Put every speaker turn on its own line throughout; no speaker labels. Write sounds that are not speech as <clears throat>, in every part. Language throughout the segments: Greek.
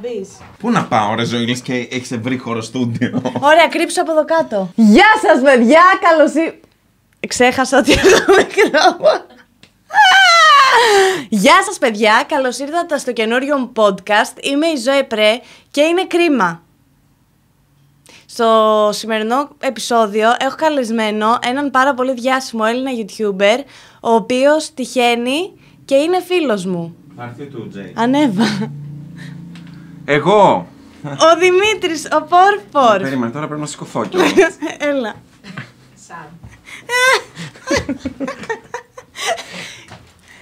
βρει.
Πού να πάω, ρε Ζωήλης, και έχεις ευρύ χώρο στούντιο.
Ωραία, κρύψω από εδώ κάτω.
Γεια σας, παιδιά! Καλώς ήρθατε.
Ξέχασα ότι έχω μικρόφωνο. Γεια σας παιδιά, καλώς ήρθατε στο καινούριο μου podcast. Είμαι η Ζωέ Πρέ και είναι κρίμα. Στο σημερινό επεισόδιο έχω καλεσμένο έναν πάρα πολύ διάσημο Έλληνα YouTuber, ο οποίος τυχαίνει και είναι φίλος μου.
Αρθεί του Τζέι.
Ανέβα.
Εγώ!
ο Δημήτρης, ο Πόρπορ.
Περίμενε, τώρα πρέπει να σηκωθώ κι
Έλα.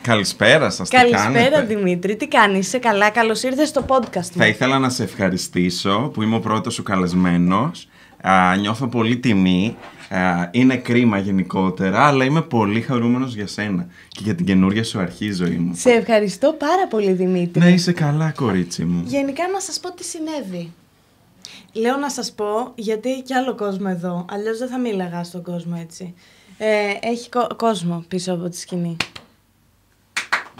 Καλησπέρα σας, τι
Καλησπέρα
κάνετε?
Δημήτρη, τι κάνεις, είσαι καλά, καλώς ήρθες στο podcast
Θα
μου.
ήθελα να σε ευχαριστήσω που είμαι ο πρώτος σου καλεσμένος. Α, νιώθω πολύ τιμή. Α, είναι κρίμα γενικότερα, αλλά είμαι πολύ χαρούμενος για σένα και για την καινούργια σου αρχή ζωή μου.
Σε ευχαριστώ πάρα πολύ Δημήτρη.
Να είσαι καλά, κορίτσι μου.
Γενικά να σας πω τι συνέβη. Λέω να σας πω γιατί έχει και άλλο κόσμο εδώ, αλλιώς δεν θα μίλαγα στον κόσμο έτσι. Ε, έχει κο- κόσμο πίσω από τη σκηνή.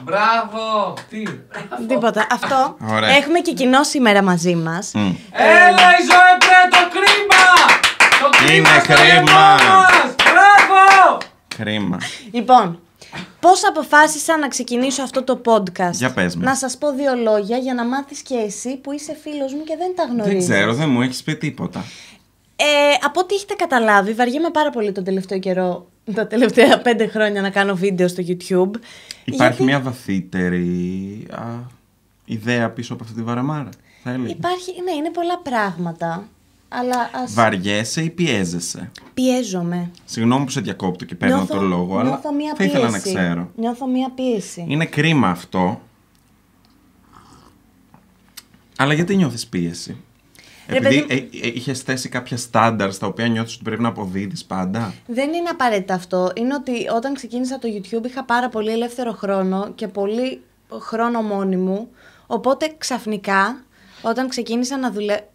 Μπράβο! Τι!
Ε,
Τίποτα. Αυτό.
Ωραία.
Έχουμε και κοινό σήμερα μαζί μας.
Μμ.
Έλα η ζωή πρέ, το κρίμα! Το κρίμα
Είναι
στο
κρίμα.
λαιμό μας! Μπράβο!
Κρίμα.
Λοιπόν, πώς αποφάσισα να ξεκινήσω αυτό το podcast.
Για πες με.
Να σας πω δύο λόγια για να μάθεις και εσύ που είσαι φίλος μου και δεν τα γνωρίζεις.
Δεν ξέρω, δεν μου έχεις πει τίποτα.
Ε, από ό,τι έχετε καταλάβει, βαριέμαι πάρα πολύ τον τελευταίο καιρό, τα τελευταία πέντε χρόνια να κάνω βίντεο στο YouTube.
Υπάρχει
γιατί
μια βαθύτερη α, ιδέα πίσω από αυτή τη βαραμάρα, θα έλεγα.
Υπάρχει, ναι, είναι πολλά πράγματα. Αλλά ας
Βαριέσαι ή πιέζεσαι.
πιέζομαι.
Συγγνώμη που σε διακόπτω και παίρνω το λόγο, αλλά
νιώθω μία
θα ήθελα να
πίεση.
ξέρω.
Νιώθω μία πίεση.
Είναι κρίμα αυτό. Αλλά γιατί νιώθεις πίεση.
Ρε
Επειδή ε, ε, είχες θέσει κάποια στάνταρ στα οποία νιώθεις ότι πρέπει να αποδίδεις πάντα.
Δεν είναι απαραίτητα αυτό. Είναι ότι όταν ξεκίνησα το YouTube είχα πάρα πολύ ελεύθερο χρόνο και πολύ χρόνο μόνη μου. Οπότε ξαφνικά, όταν ξεκίνησα να δουλεύω.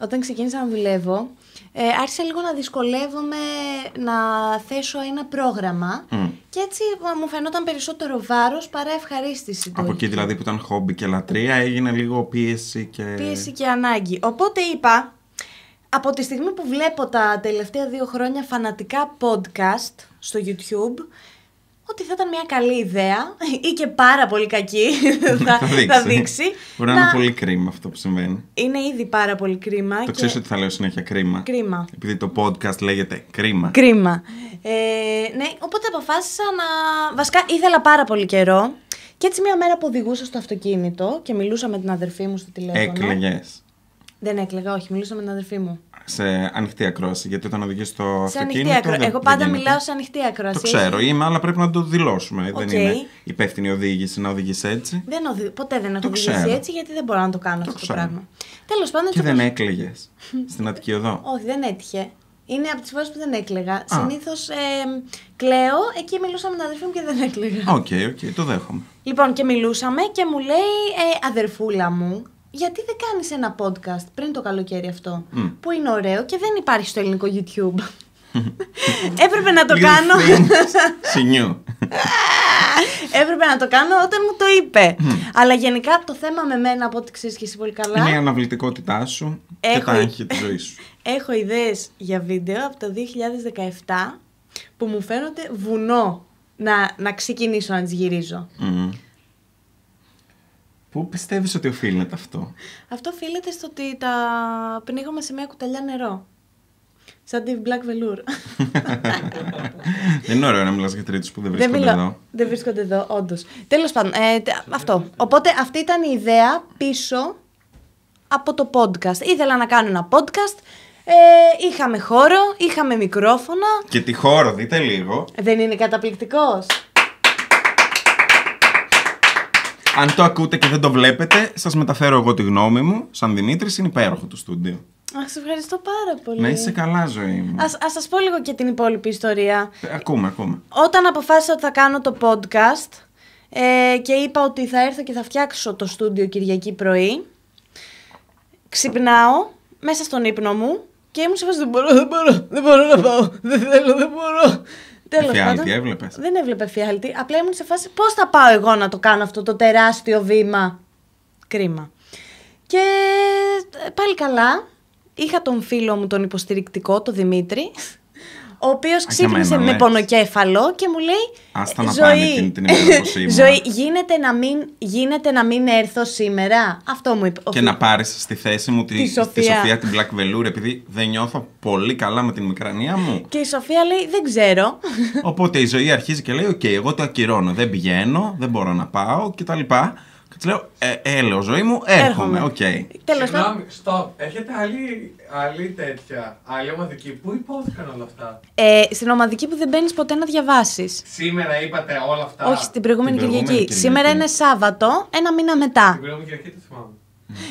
Όταν ξεκίνησα να δουλεύω, ε, άρχισα λίγο να δυσκολεύομαι να θέσω ένα πρόγραμμα
Μμ.
και έτσι ε, μου φαινόταν περισσότερο βάρος παρά ευχαρίστηση. του
Από εκεί
YouTube.
δηλαδή που ήταν χόμπι και λατρεία έγινε λίγο πίεση και... <laughs>
Πίεση και ανάγκη. Οπότε είπα, από τη στιγμή που βλέπω τα τελευταία δύο χρόνια φανατικά podcast στο YouTube, ότι θα ήταν μια καλή ιδέα ή και πάρα πολύ
<laughs>
κακή, θα, θα δείξει.
Μπορεί να... είναι πολύ κρίμα αυτό που συμβαίνει.
είναι ήδη πάρα πολύ κρίμα.
Το
και-
ξέρεις ότι θα λέω συνέχεια κρίμα.
Κρίμα.
Επειδή το podcast λέγεται κρίμα.
Κρίμα. Ε, ναι, οπότε αποφάσισα να. Βασικά ήθελα πάρα πολύ καιρό. Και έτσι μια μέρα που οδηγούσα στο αυτοκίνητο και μιλούσα με την αδερφή μου στο τηλέφωνο.
Έκλαιγες.
Δεν έκλαιγα, όχι, μιλούσα με την αδερφή μου.
σε ανοιχτή ακρόαση. Γιατί όταν οδηγείς στο
Σε
αυτοκίνητο.
ανοιχτή ακρο...
δεν-
Εγώ
δεν
πάντα
γίνεται.
μιλάω σε ανοιχτή ακρόαση.
Το ξέρω, είμαι, αλλά πρέπει να το δηλώσουμε.
Οκ.
Δεν είναι υπεύθυνη οδήγηση να οδηγείς έτσι.
Δεν οδη... Ποτέ δεν έχω
Το
οδηγήσει
ξέρω.
έτσι γιατί δεν μπορώ να το κάνω αυτό το
ξέρω.
πράγμα. Τέλος πάντων.
Και
το
δεν
προσ-
έκλαιγες
<laughs>
στην Αττική Οδό.
Όχι, δεν έτυχε. Είναι από τις φορές που δεν έκλαιγα. Συνήθω ε, κλαίω, εκεί μιλούσα με την αδερφή μου και δεν έκλαιγα.
Οκ, οκ, το δέχομαι.
Λοιπόν, και μιλούσαμε και μου λέει ε, αδερφούλα μου, γιατί δεν κάνεις ένα podcast πριν το καλοκαίρι αυτό,
Μμ.
που είναι ωραίο και δεν υπάρχει στο ελληνικό YouTube. <laughs> Έπρεπε να το κάνω. <laughs>
Σινιού.
Έπρεπε να το κάνω όταν μου το είπε. Αλλά γενικά το θέμα με μένα, από ό,τι ξέρεις και εσύ πολύ καλά,
Είναι η αναβλητικότητά σου και
Έχω-
τα άγχη της ζωής
<laughs>
σου.
έχω ιδέες για βίντεο από το 2017 που μου φαίνονται βουνό να, να ξεκινήσω να τις γυρίζω.
Μμμ. Πού πιστεύεις ότι οφείλεται αυτό.
Αυτό οφείλεται στο ότι τα πνίγομαι σε μια κουταλιά νερό. Σαν τη Black Velour. <laughs>
<laughs> δεν είναι ωραίο να μιλάς για τρίτους που δεν
Δεν,
βρίσκονται
μιλάω-
εδώ.
δεν βρίσκονται εδώ, όντως. Τέλος πάντων, ε, τε- αυτό. Οπότε αυτή ήταν η ιδέα πίσω από το podcast. Ήθελα να κάνω ένα podcast. Ε, είχαμε χώρο, είχαμε μικρόφωνα.
Και τη χώρα, δείτε λίγο.
Δεν είναι καταπληκτικός.
Αν το ακούτε και δεν το βλέπετε, σας μεταφέρω εγώ τη γνώμη μου. Σαν Δημήτρης είναι υπέροχο το στούντιο.
Αχ, σε ευχαριστώ πάρα πολύ.
Να είσαι καλά, ζωή μου.
Ε. Ας, ας σας πω λίγο και την υπόλοιπη ιστορία.
Ε, Ακούμε, ακούμε.
Όταν αποφάσισα ότι θα κάνω το podcast ε, και είπα ότι θα έρθω και θα φτιάξω το στούντιο Κυριακή πρωί, ξυπνάω μέσα στον ύπνο μου και ήμουν σε φάση δεν μπορώ, δεν μπορώ, δεν μπορώ να πάω, δεν θέλω, δεν μπορώ. Τέλος
Εφιάλτη
πάντων,
έβλεπες?
Δεν έβλεπε φιάλτη, απλά ήμουν σε φάση πώς θα πάω εγώ να το κάνω αυτό το τεράστιο βήμα. Κρίμα. Και ε, πάλι καλά. Είχα τον φίλο μου, τον υποστηρικτικό, τον Δημήτρη, ο οποίος ξύπνησε
εμένα,
με
ναι.
πονοκέφαλο και μου λέει.
Άστα να
«Ζωή,
πάνε εκείνη την ε». ημέρα
<laughs>
που ήμουν».
Ζωή, γίνεται να, μην, γίνεται να μην έρθω σήμερα. Αυτό μου είπε. ο
Και
Φι-
να πάρεις στη θέση μου τη,
Τη
τη
Σοφία.
Σοφία. την Black Velour, επειδή δεν νιώθω πολύ καλά με την μικρανία μου.
<laughs> Και η Σοφία λέει: Δεν ξέρω.
Οπότε η ζωή αρχίζει και λέει: Οκ, εγώ το ακυρώνω. Δεν πηγαίνω, δεν μπορώ να πάω κτλ. Και τη λέω: ε, Έλεω, ζωή μου, <laughs> έρχομαι.
Έρχομαι.
Οκ.
Τέλος πάντων.
Συγγνώμη, stop. Έρχεται άλλη, άλλη τέτοια, άλλη ομαδική. Πού υπόθηκαν όλα αυτά.
Ε, στην ομαδική που δεν μπαίνεις ποτέ να διαβάσεις.
Σήμερα είπατε όλα αυτά.
Όχι, την προηγούμενη
την προηγούμενη
Κυριακή.
Κυριακή.
Σήμερα είναι Σάββατο, ένα μήνα μετά.
Την προηγούμενη Κυριακή το θυμάμαι.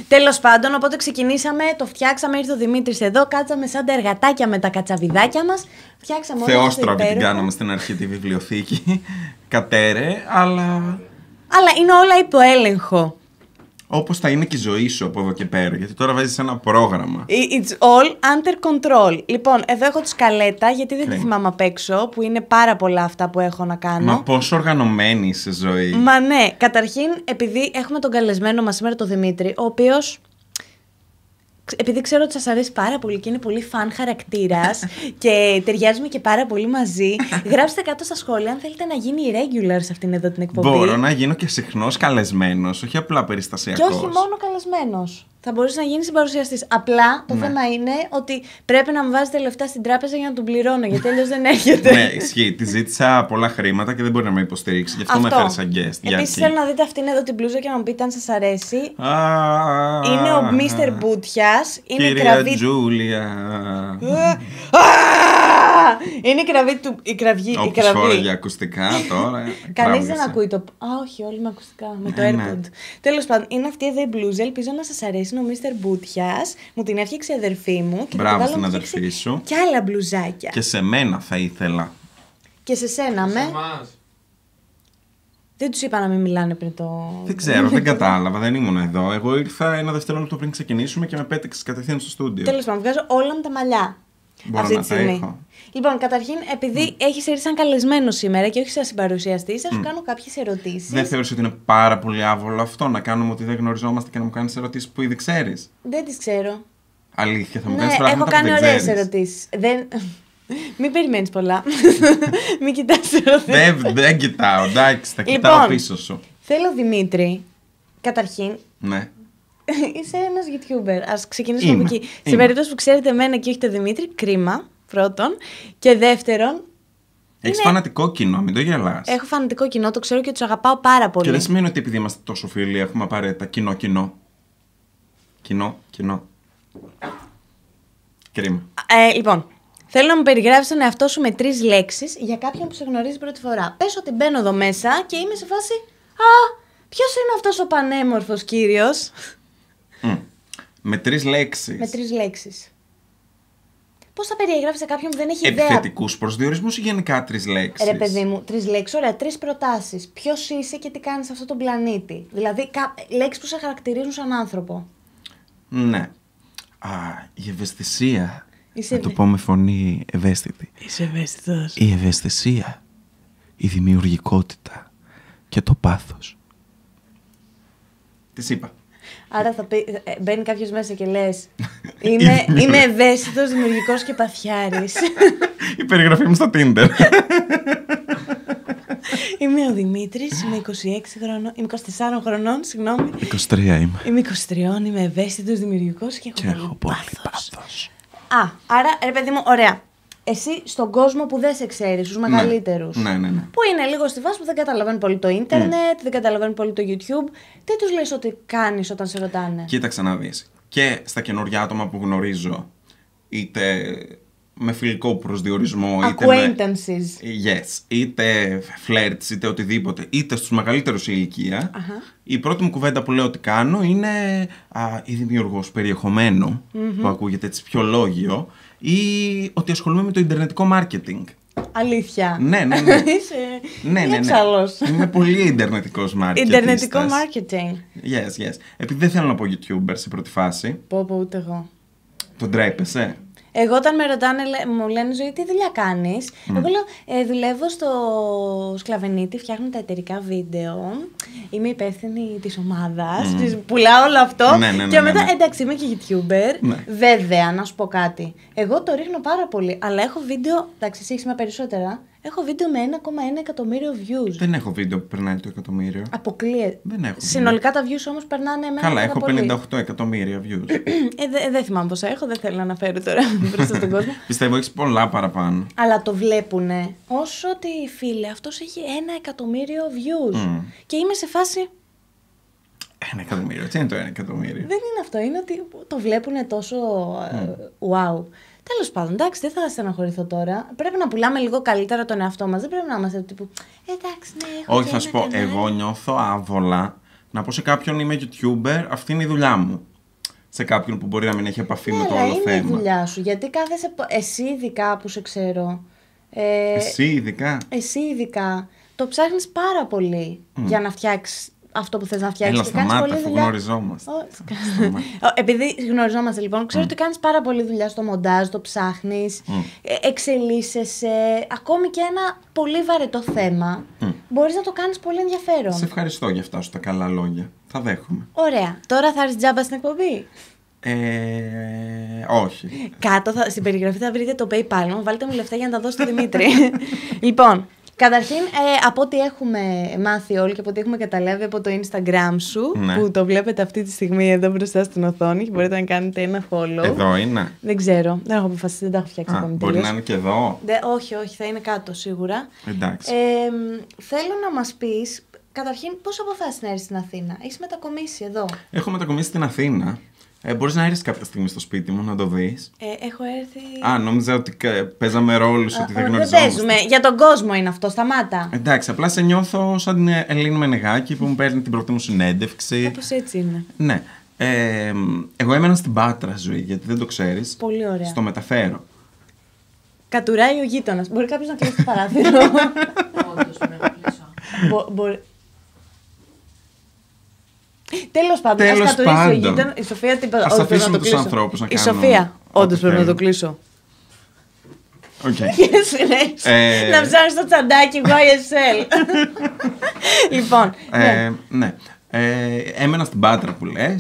Τέλος πάντων, οπότε ξεκινήσαμε, το φτιάξαμε, ήρθε ο Δημήτρης εδώ, κάτσαμε σαν τα εργατάκια με τα κατσαβιδάκια μας. Φτιάξαμε όλα αυτά τα
Θεόστραβη την
υπέροχα.
κάναμε στην αρχή τη βιβλιοθήκη. <laughs> Κατέρε, αλλά
Αλλά είναι όλα υπό έλεγχο.
όπως θα είναι και η ζωή σου από εδώ και πέρα. Γιατί τώρα βάζεις ένα πρόγραμμα.
It's all under control. Λοιπόν, εδώ έχω τη σκαλέτα, γιατί δεν τη
Κρίμα.
θυμάμαι απ' έξω, που είναι πάρα πολλά αυτά που έχω να κάνω.
Μα πόσο οργανωμένη είσαι ζωή.
Μα ναι, καταρχήν επειδή έχουμε τον καλεσμένο μας σήμερα τον Δημήτρη, ο οποίος επειδή ξέρω ότι σας αρέσει πάρα πολύ και είναι πολύ φαν
<laughs>
χαρακτήρας και ταιριάζουμε και πάρα πολύ μαζί, γράψτε κάτω στα σχόλια αν θέλετε να γίνει regular σε αυτήν εδώ την εκπομπή.
Μπορώ να γίνω και συχνός καλεσμένος, όχι απλά περιστασιακός.
Και όχι μόνο καλεσμένος. Θα μπορούσε να γίνεις συμπαρουσιαστή. Απλά το
Ναι.
θέμα είναι ότι πρέπει να μου βάζετε λεφτά στην τράπεζα για να τον πληρώνω, γιατί αλλιώς δεν έρχεται.
ναι, ισχύει. Τη ζήτησα πολλά χρήματα και δεν μπορεί να με υποστηρίξει. Γι' αυτό, με έφερε σαν guest.
Επίσης,
για εκεί.
θέλω να δείτε αυτήν εδώ την μπλούζα και να μου πείτε αν σας αρέσει.
Α,
Είναι ο Μίστερ Μπούτιας. Είναι η
Κυρία
κραβή.
Τζούλια.
Α! Είναι η κραβή του. Η κραυγή. Η
Όποιος
κραβή.
φόραγε για ακουστικά τώρα.
Κανείς δεν
κράβγασε.
ακούει το. Α, όχι, όλοι με ακουστικά. Με το
Ναι, ναι.
AirPod. Τέλος πάντων, είναι αυτή εδώ η μπλούζα. Ελπίζω να σας αρέσει. Είναι ο Μίστερ Μπούτιας. Μου την έφτιαξε η αδερφή μου. Και θα
Μπράβο
βάλω
στην
να
αδερφή
φτιάξει
σου.
Κι άλλα μπλουζάκια.
Και
Και,
σε μένα θα ήθελα.
σε σένα
Σε
με.
εμάς.
Δεν τους είπα να μην μιλάνε πριν το.
Δεν
<laughs>
ξέρω, δεν κατάλαβα, δεν ήμουν εδώ. Εγώ ήρθα ένα δευτερόλεπτο πριν ξεκινήσουμε και με πέταξες κατευθείαν στο στούντιο.
Τέλος πάντων, βγάζω όλα μου τα μαλλιά.
Μπορώ
αυτή
να
τη
τα
στιγμή.
έχω.
Λοιπόν, καταρχήν, επειδή έχεις έρθει σαν καλεσμένο σήμερα και όχι σαν συμπαρουσιαστή, θα σου κάνω κάποιες ερωτήσεις.
Δεν θεωρείς ότι είναι πάρα πολύ άβολο αυτό να κάνουμε ότι δεν γνωριζόμαστε και να μου κάνεις ερωτήσεις που ήδη ξέρεις.
Δεν τις ξέρω.
Αλήθεια, θα μου
Ναι,
κάνεις
έχω
πράγματα
κάνει
που
ωραίε
δεν ξέρεις.
ερωτήσεις. Δεν... <laughs> Μην περιμένεις πολλά. <laughs> Μην κοιτάς ερωτήσεις.
Δεν, δεν κοιτάω, εντάξει, τα
Λοιπόν.
κοιτάω πίσω σου.
Θέλω Δημήτρη, καταρχήν, <laughs>
Ναι.
είσαι ένας YouTuber. Ας ξεκινήσουμε
Είμαι,
από εκεί. Σε
είμαι.
περίπτωση που ξέρετε εμένα και όχι το Δημήτρη, κρίμα. Πρώτον. Και δεύτερον,
Έχεις φανατικό κοινό, μην το γελάς.
έχω φανατικό κοινό, το ξέρω και τους αγαπάω πάρα πολύ.
Και δεν σημαίνει ότι επειδή είμαστε τόσο φίλοι έχουμε απαραίτητα κοινό κοινό. Κοινό, κοινό. Κρίμα.
Ε, λοιπόν, θέλω να μου περιγράψεις τον εαυτό σου με τρεις λέξεις για κάποιον που σε γνωρίζει πρώτη φορά. Πες ότι μπαίνω εδώ μέσα και είμαι σε φάση. Α, ποιος είναι αυτός ο πανέμορφος κύριος.
Μμ. Με τρεις λέξεις.
με τρεις λέξεις. Πώς θα περιεγράψει κάποιον που δεν έχει ιδέα. Ε,
Επιθετικούς προσδιορισμούς ή γενικά τρεις λέξεις.
Ρε παιδί μου, τρεις λέξεις, ωραία, τρεις προτάσεις. Ποιος είσαι και τι κάνεις σε αυτόν τον πλανήτη. Δηλαδή, κα... λέξεις που σε χαρακτηρίζουν σαν άνθρωπο.
Ναι. Α, η ευαισθησία.
Είσαι
Να το
ευε-
πω με φωνή ευαίσθητη.
Είσαι ευαίσθητος.
Η ευαισθησία, η δημιουργικότητα και το πάθος. Τι είπα. <laughs>
Άρα θα πει, ε, μπαίνει κάποιος μέσα και λες. Είμαι, είμαι ευαίσθητος, δημιουργικός και
<laughs>
παθιάρης.
Η περιγραφή μου στο <laughs> Tinder.
Είμαι ο Δημήτρης, είμαι 26 χρονών, είμαι 24 χρονών, συγγνώμη.
23 είμαι.
Είμαι 23, είμαι ευαίσθητος, δημιουργικός και έχω,
Και έχω πολύ
πάθος.
πάθος.
Α, άρα ρε παιδί μου, ωραία. Εσύ στον κόσμο που δεν σε ξέρει, στους μεγαλύτερους.
Ναι, ναι, ναι.
Που είναι λίγο στη φάση που δεν καταλαβαίνει πολύ το ίντερνετ, δεν καταλαβαίνει πολύ το YouTube. Τι τους λες ότι κάνεις όταν σε ρωτάνε.
Κοίταξε να δεις. Και στα καινούργια άτομα που γνωρίζω, είτε με φιλικό προσδιορισμό, είτε με...
Acquaintances.
Yes. Είτε φλερτς, είτε οτιδήποτε, είτε στους μεγαλύτερους σε ηλικία,
Αχα.
η πρώτη μου κουβέντα που λέω ότι κάνω είναι α, ή δημιουργός περιεχομένου, που ακούγεται έτσι πιο λόγιο, ή ότι ασχολούμαι με το ιντερνετικό marketing.
Αλήθεια.
Ναι,
<laughs>
ναι, ναι.
Είσαι.
ναι, ναι, ναι.
Ψαλός.
Είμαι πολύ ιντερνετικός marketing.
Ιντερνετικό marketing.
Yes, yes. Επειδή δεν θέλω να πω YouTuber σε πρώτη φάση,
Πω, πω, ούτε εγώ.
τον τρέπεσαι.
Εγώ όταν με ρωτάνε, λέ- μου λένε ζωή, τι δουλειά κάνεις.
Ναι.
Εγώ λέω, «Ε, δουλεύω στο σκλαβενίτη, φτιάχνω τα εταιρικά βίντεο. Είμαι υπεύθυνη της ομάδας. Πουλάω όλο αυτό.
Ναι, ναι, ναι,
και
ναι,
μετά,
ναι.
εντάξει, είμαι και YouTuber.
Ναι.
Βέβαια, να σου πω κάτι. Εγώ το ρίχνω πάρα πολύ. Αλλά έχω βίντεο. Εντάξει, εσύ έχεις με περισσότερα. Έχω βίντεο με 1,1 εκατομμύριο views.
Δεν έχω βίντεο που περνάει το εκατομμύριο.
Αποκλείεται.
Δεν έχω.
Συνολικά τα views όμως περνάνε εμένα.
Καλά,
κατά
έχω
πολύ.
58 εκατομμύρια views.
Ε, δε- δεν θυμάμαι πόσα έχω, δεν θέλω να αναφέρω
<laughs>
τώρα μπροστά στον κόσμο.
Πιστεύω έχεις πολλά παραπάνω.
Αλλά το βλέπουνε όσο ότι φίλε, αυτός έχει ένα εκατομμύριο views.
Μμ.
Και είμαι σε φάση.
Ένα εκατομμύριο. Τι είναι το ένα εκατομμύριο.
Δεν είναι αυτό, είναι ότι το βλέπουνε τόσο. ε, wow. Τέλος πάντων, εντάξει, δεν θα στεναχωρηθώ τώρα. Πρέπει να πουλάμε λίγο καλύτερα τον εαυτό μας. Δεν πρέπει να είμαστε τύπου. Εντάξει, ναι, έχω.
Όχι,
και
θα
ένα
σου πω,
κανάλι».
εγώ νιώθω άβολα να πω σε κάποιον είμαι YouTuber, αυτή είναι η δουλειά μου. Σε κάποιον που μπορεί να μην έχει επαφή
Ναι,
με το
αλλά
όλο
είναι η
θέμα.
δουλειά σου. Γιατί κάθεσαι. πο- Εσύ ειδικά που σε ξέρω. Ε,
Εσύ ειδικά.
Εσύ ειδικά το ψάχνεις πάρα πολύ για να φτιάξεις αυτό που θες να φτιάξεις.
Έλα, σταμάτα, αφού γνωριζόμαστε.
Επειδή γνωριζόμαστε λοιπόν,
Mm.
ξέρω ότι κάνεις πάρα πολύ δουλειά στο μοντάζ, το ψάχνεις, εξελίσσεσαι. Ακόμη και ένα πολύ βαρετό θέμα μπορείς να το κάνεις πολύ ενδιαφέρον.
Mm. Σε ευχαριστώ για αυτά σου τα καλά λόγια. Θα δέχομαι.
Ωραία. Τώρα θα έρθει τζάμπα στην εκπομπή.
Ε, όχι.
Κάτω θα, στην περιγραφή θα βρείτε το PayPal μου. Βάλτε μου λεφτά για να τα δώσω στο
<laughs>
Δημήτρη. λοιπόν, καταρχήν, ε, από ό,τι έχουμε μάθει όλοι και από ό,τι έχουμε καταλάβει από το Instagram σου,
Ναι.
που το βλέπετε αυτή τη στιγμή εδώ μπροστά στην οθόνη και μπορείτε να κάνετε ένα follow.
Εδώ είναι.
Δεν ξέρω. Δεν έχω αποφασίσει, δεν τα έχω φτιάξει
Α,
ακόμη
μπορεί να
τελείως.
είναι και εδώ.
Δε- όχι, όχι, θα είναι κάτω σίγουρα.
Εντάξει.
Ε, μ, θέλω να μας πεις, καταρχήν, πώς αποφάσισες να έρθεις στην Αθήνα. Έχεις μετακομίσει εδώ.
Έχω μετακομίσει στην Αθήνα. Ε, μπορείς να έρθεις κάποια στιγμή στο σπίτι μου να το δεις.
Ε, έχω έρθει...
Α, νόμιζα ότι ε, παίζαμε ρόλους, ότι δεν
Α,
γνωριζόμαστε.
παίζουμε. Για τον κόσμο είναι αυτό, σταμάτα.
Εντάξει, απλά σε νιώθω σαν την Ελένη Μενεγάκη που μου παίρνει την πρώτη μου συνέντευξη.
Κάπως έτσι είναι.
Ναι. Ε, εγώ έμενα στην Πάτρα ζωή, γιατί δεν το ξέρεις.
Πολύ ωραία.
Στο μεταφέρω.
Κατουράει ο γείτονας. Μπορεί κάποιος να κλείσει το παράθυρο.
<laughs>
Όντως, πρέπει να κλείσω.
Τέλος πάντων,
Τέλος
ας κατουρίσει ο
πάντων.
γείτονα. Η Σοφία τίποτα.
Ας
Όντως,
αφήσουμε
πρέπει να το
τους
κλείσω.
ανθρώπους να
Η
κάνουν
Σοφία.
ό,τι
Όντως πρέπει να το
θέλουν.
κλείσω.
Οκ.
<laughs> Και συνέχισε
Ε.
να ψάχνει το τσαντάκι
<laughs>
YSL. λοιπόν. ναι.
Ε, ναι. Ε, έμενα στην Πάτρα που λες.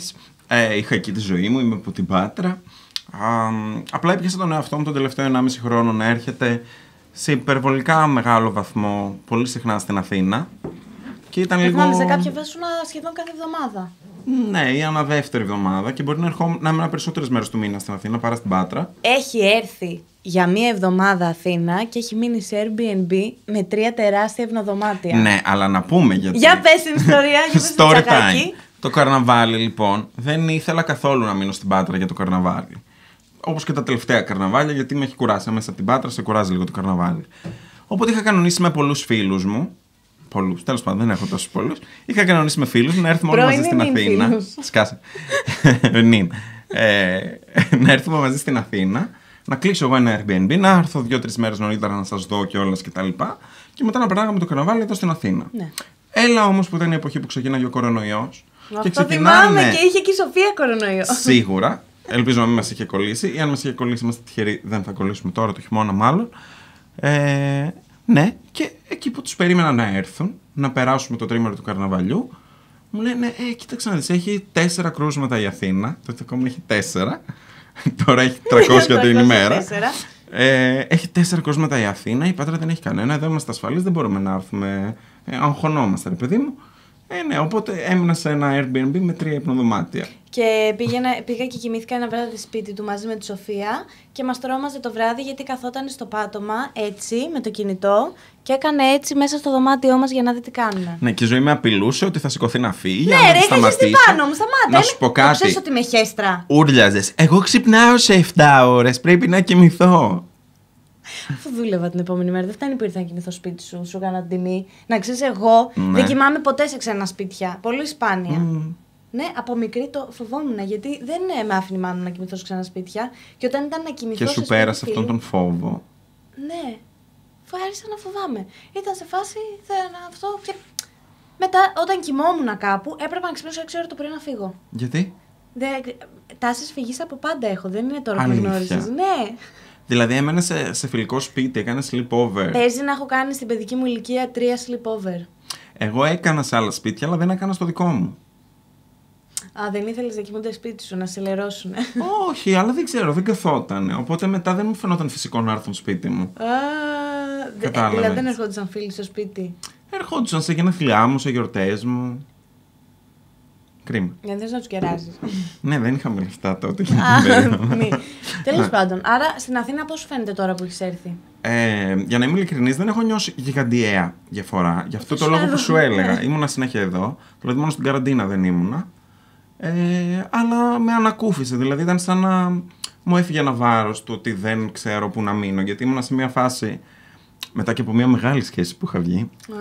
Ε, είχα εκεί τη ζωή μου, είμαι από την Πάτρα. Α, μ, απλά έπιασα τον εαυτό μου τον τελευταίο 1,5 χρόνο να έρχεται σε υπερβολικά μεγάλο βαθμό πολύ συχνά στην Αθήνα. Και ήταν
Και
λίγο.
θυμάμαι σε κάποια φάση σου να σχεδόν κάθε εβδομάδα.
Ναι, ή ανά δεύτερη εβδομάδα και μπορεί να, ερχόμουν, να ήμουν περισσότερες μέρες του μήνα στην Αθήνα παρά στην Πάτρα.
Έχει έρθει για μία εβδομάδα Αθήνα και έχει μείνει σε Airbnb με τρία τεράστια ευνοδωμάτια.
Ναι, αλλά να πούμε γιατί.
Για πες την ιστορία, για πες το
Story
τσακάκι.
time. Το καρναβάλι, λοιπόν, δεν ήθελα καθόλου να μείνω στην Πάτρα για το καρναβάλι. Όπως και τα τελευταία καρναβάλια, γιατί με έχει κουράσει. Μέσα από την Πάτρα σε κουράζει λίγο το καρναβάλι. Οπότε είχα κανονίσει με πολλούς φίλους μου. Πολλούς, τέλος πάντων, δεν έχω τόσους πολλούς. Είχα κανονίσει με φίλους μου να έρθουμε όλοι μαζί
Πρώην
στην
νυν
Αθήνα.
φίλους.
Σκάσε. Νυν. Ε, να έρθουμε μαζί στην Αθήνα, να κλείσω εγώ ένα Airbnb, να έρθω δύο-τρει μέρες νωρίτερα να σας δω κιόλας κτλ. Και, τα λοιπά, και μετά να περνάγαμε το καρναβάλι εδώ στην Αθήνα.
Ναι.
Έλα όμως που ήταν η εποχή που ξεκίναγε ο κορονοϊός.
Αυτό θυμάμαι και είχε και η Σοφία κορονοϊό.
Σίγουρα. Ελπίζω να μην μας είχε κολλήσει. Ή αν μας είχε κολλήσει, είμαστε τυχεροί. Δεν θα κολλήσουμε τώρα το χειμώνα, μάλλον. Ε, ναι, και εκεί που τους περίμενα να έρθουν, να περάσουμε το τρίμερο του καρναβαλιού, μου λένε: Ε, κοίταξε να δεις, έχει τέσσερα κρούσματα η Αθήνα. Το δικό μου έχει τέσσερα. <laughs> Τώρα έχει 300 την ημέρα.
304.
Ε, έχει τέσσερα κρούσματα η Αθήνα. Η Πάτρα δεν έχει κανένα. Εδώ είμαστε ασφαλείς. Δεν μπορούμε να έρθουμε. Ε, αγχωνόμαστε, ρε παιδί μου. Ε, ναι, οπότε έμεινα σε ένα Airbnb με τρία υπνοδωμάτια.
Και πήγαινα, πήγα και κοιμήθηκα ένα βράδυ σπίτι του μαζί με τη Σοφία και μας τρόμαζε το βράδυ γιατί καθόταν στο πάτωμα έτσι με το κινητό και έκανε έτσι μέσα στο δωμάτιό μας για να δει τι κάνουμε.
Ναι, και η ζωή με απειλούσε ότι θα σηκωθεί να φύγει. για
Ναι,
να
ρε,
τη
είχα χεστεί
σταματήσω.
πάνω μου, σταμάτα.
Να
έλα,
σου πω
το
κάτι.
Ξέρεις ότι είμαι χέστρα.
Ούρλιαζες. Εγώ ξυπνάω σε 7 ώρες. Πρέπει να κοιμηθώ.
Αφού δούλευα την επόμενη μέρα, δεν φτάνει που ήρθα να κοιμηθώ σπίτι σου, σου έκανα την τιμή. Να ξέρεις, εγώ
Ναι.
δεν κοιμάμαι ποτέ σε ξένα σπίτια. Πολύ σπάνια. Ναι, από μικρή το φοβόμουν γιατί δεν ε, με άφηνε η μάνα μου να κοιμηθώ σε ξένα σπίτια. Και όταν ήταν να κοιμηθώ.
Και
σε
σου
σπίτι
πέρασε
φίλου-
αυτόν τον φόβο.
Ναι. Φάρισα να φοβάμαι. Ήταν σε φάση, θέλω να αυτό. Και... Μετά, όταν κοιμόμουν κάπου, έπρεπε να ξυπνήσω 6 ώρα το πρωί να φύγω.
Γιατί?
Τάσεις φυγής από πάντα έχω. Δεν είναι τώρα που
Αλήθεια.
γνώρισε. Ναι.
Δηλαδή, έμενα σε, σε φιλικό σπίτι, έκανα sleepover.
Παίζει να έχω κάνει στην παιδική μου ηλικία τρία sleepover.
Εγώ έκανα σε άλλα σπίτια, αλλά δεν έκανα στο δικό μου.
Α, δεν ήθελες να κοιμούνται σπίτι σου, να σε λερώσουν.
<laughs> Όχι, αλλά δεν ξέρω, δεν καθόταν. Οπότε μετά δεν μου φαινόταν φυσικό να έρθουν σπίτι μου.
Α, δε-
Κατάλαβες.
δηλαδή δεν ερχόντουσαν φίλοι στο σπίτι.
Ερχόντουσαν σε γενέθλιά μου, σε γιορτές μου. Κρίμα.
Γιατί δεν να τους
<laughs>
κεράσει.
Ναι, δεν είχαμε λεφτά τότε. <laughs> Ναι.
Τέλος ναι. πάντων, άρα στην Αθήνα πώς σου φαίνεται τώρα που έχεις έρθει.
Ε, για να είμαι ειλικρινής, δεν έχω νιώσει γιγαντιαία διαφορά. Γι' αυτό το
Σου
λόγο που σου
έδωσα,
έλεγα.
ναι.
Ήμουνα συνέχεια εδώ. Δηλαδή, μόνο στην καραντίνα δεν ήμουνα. Ε, αλλά με ανακούφισε. Δηλαδή, ήταν σαν να μου έφυγε ένα βάρος του ότι δεν ξέρω που να μείνω. Γιατί ήμουνα σε μια φάση μετά και από μια μεγάλη σχέση που είχα βγει.
Α,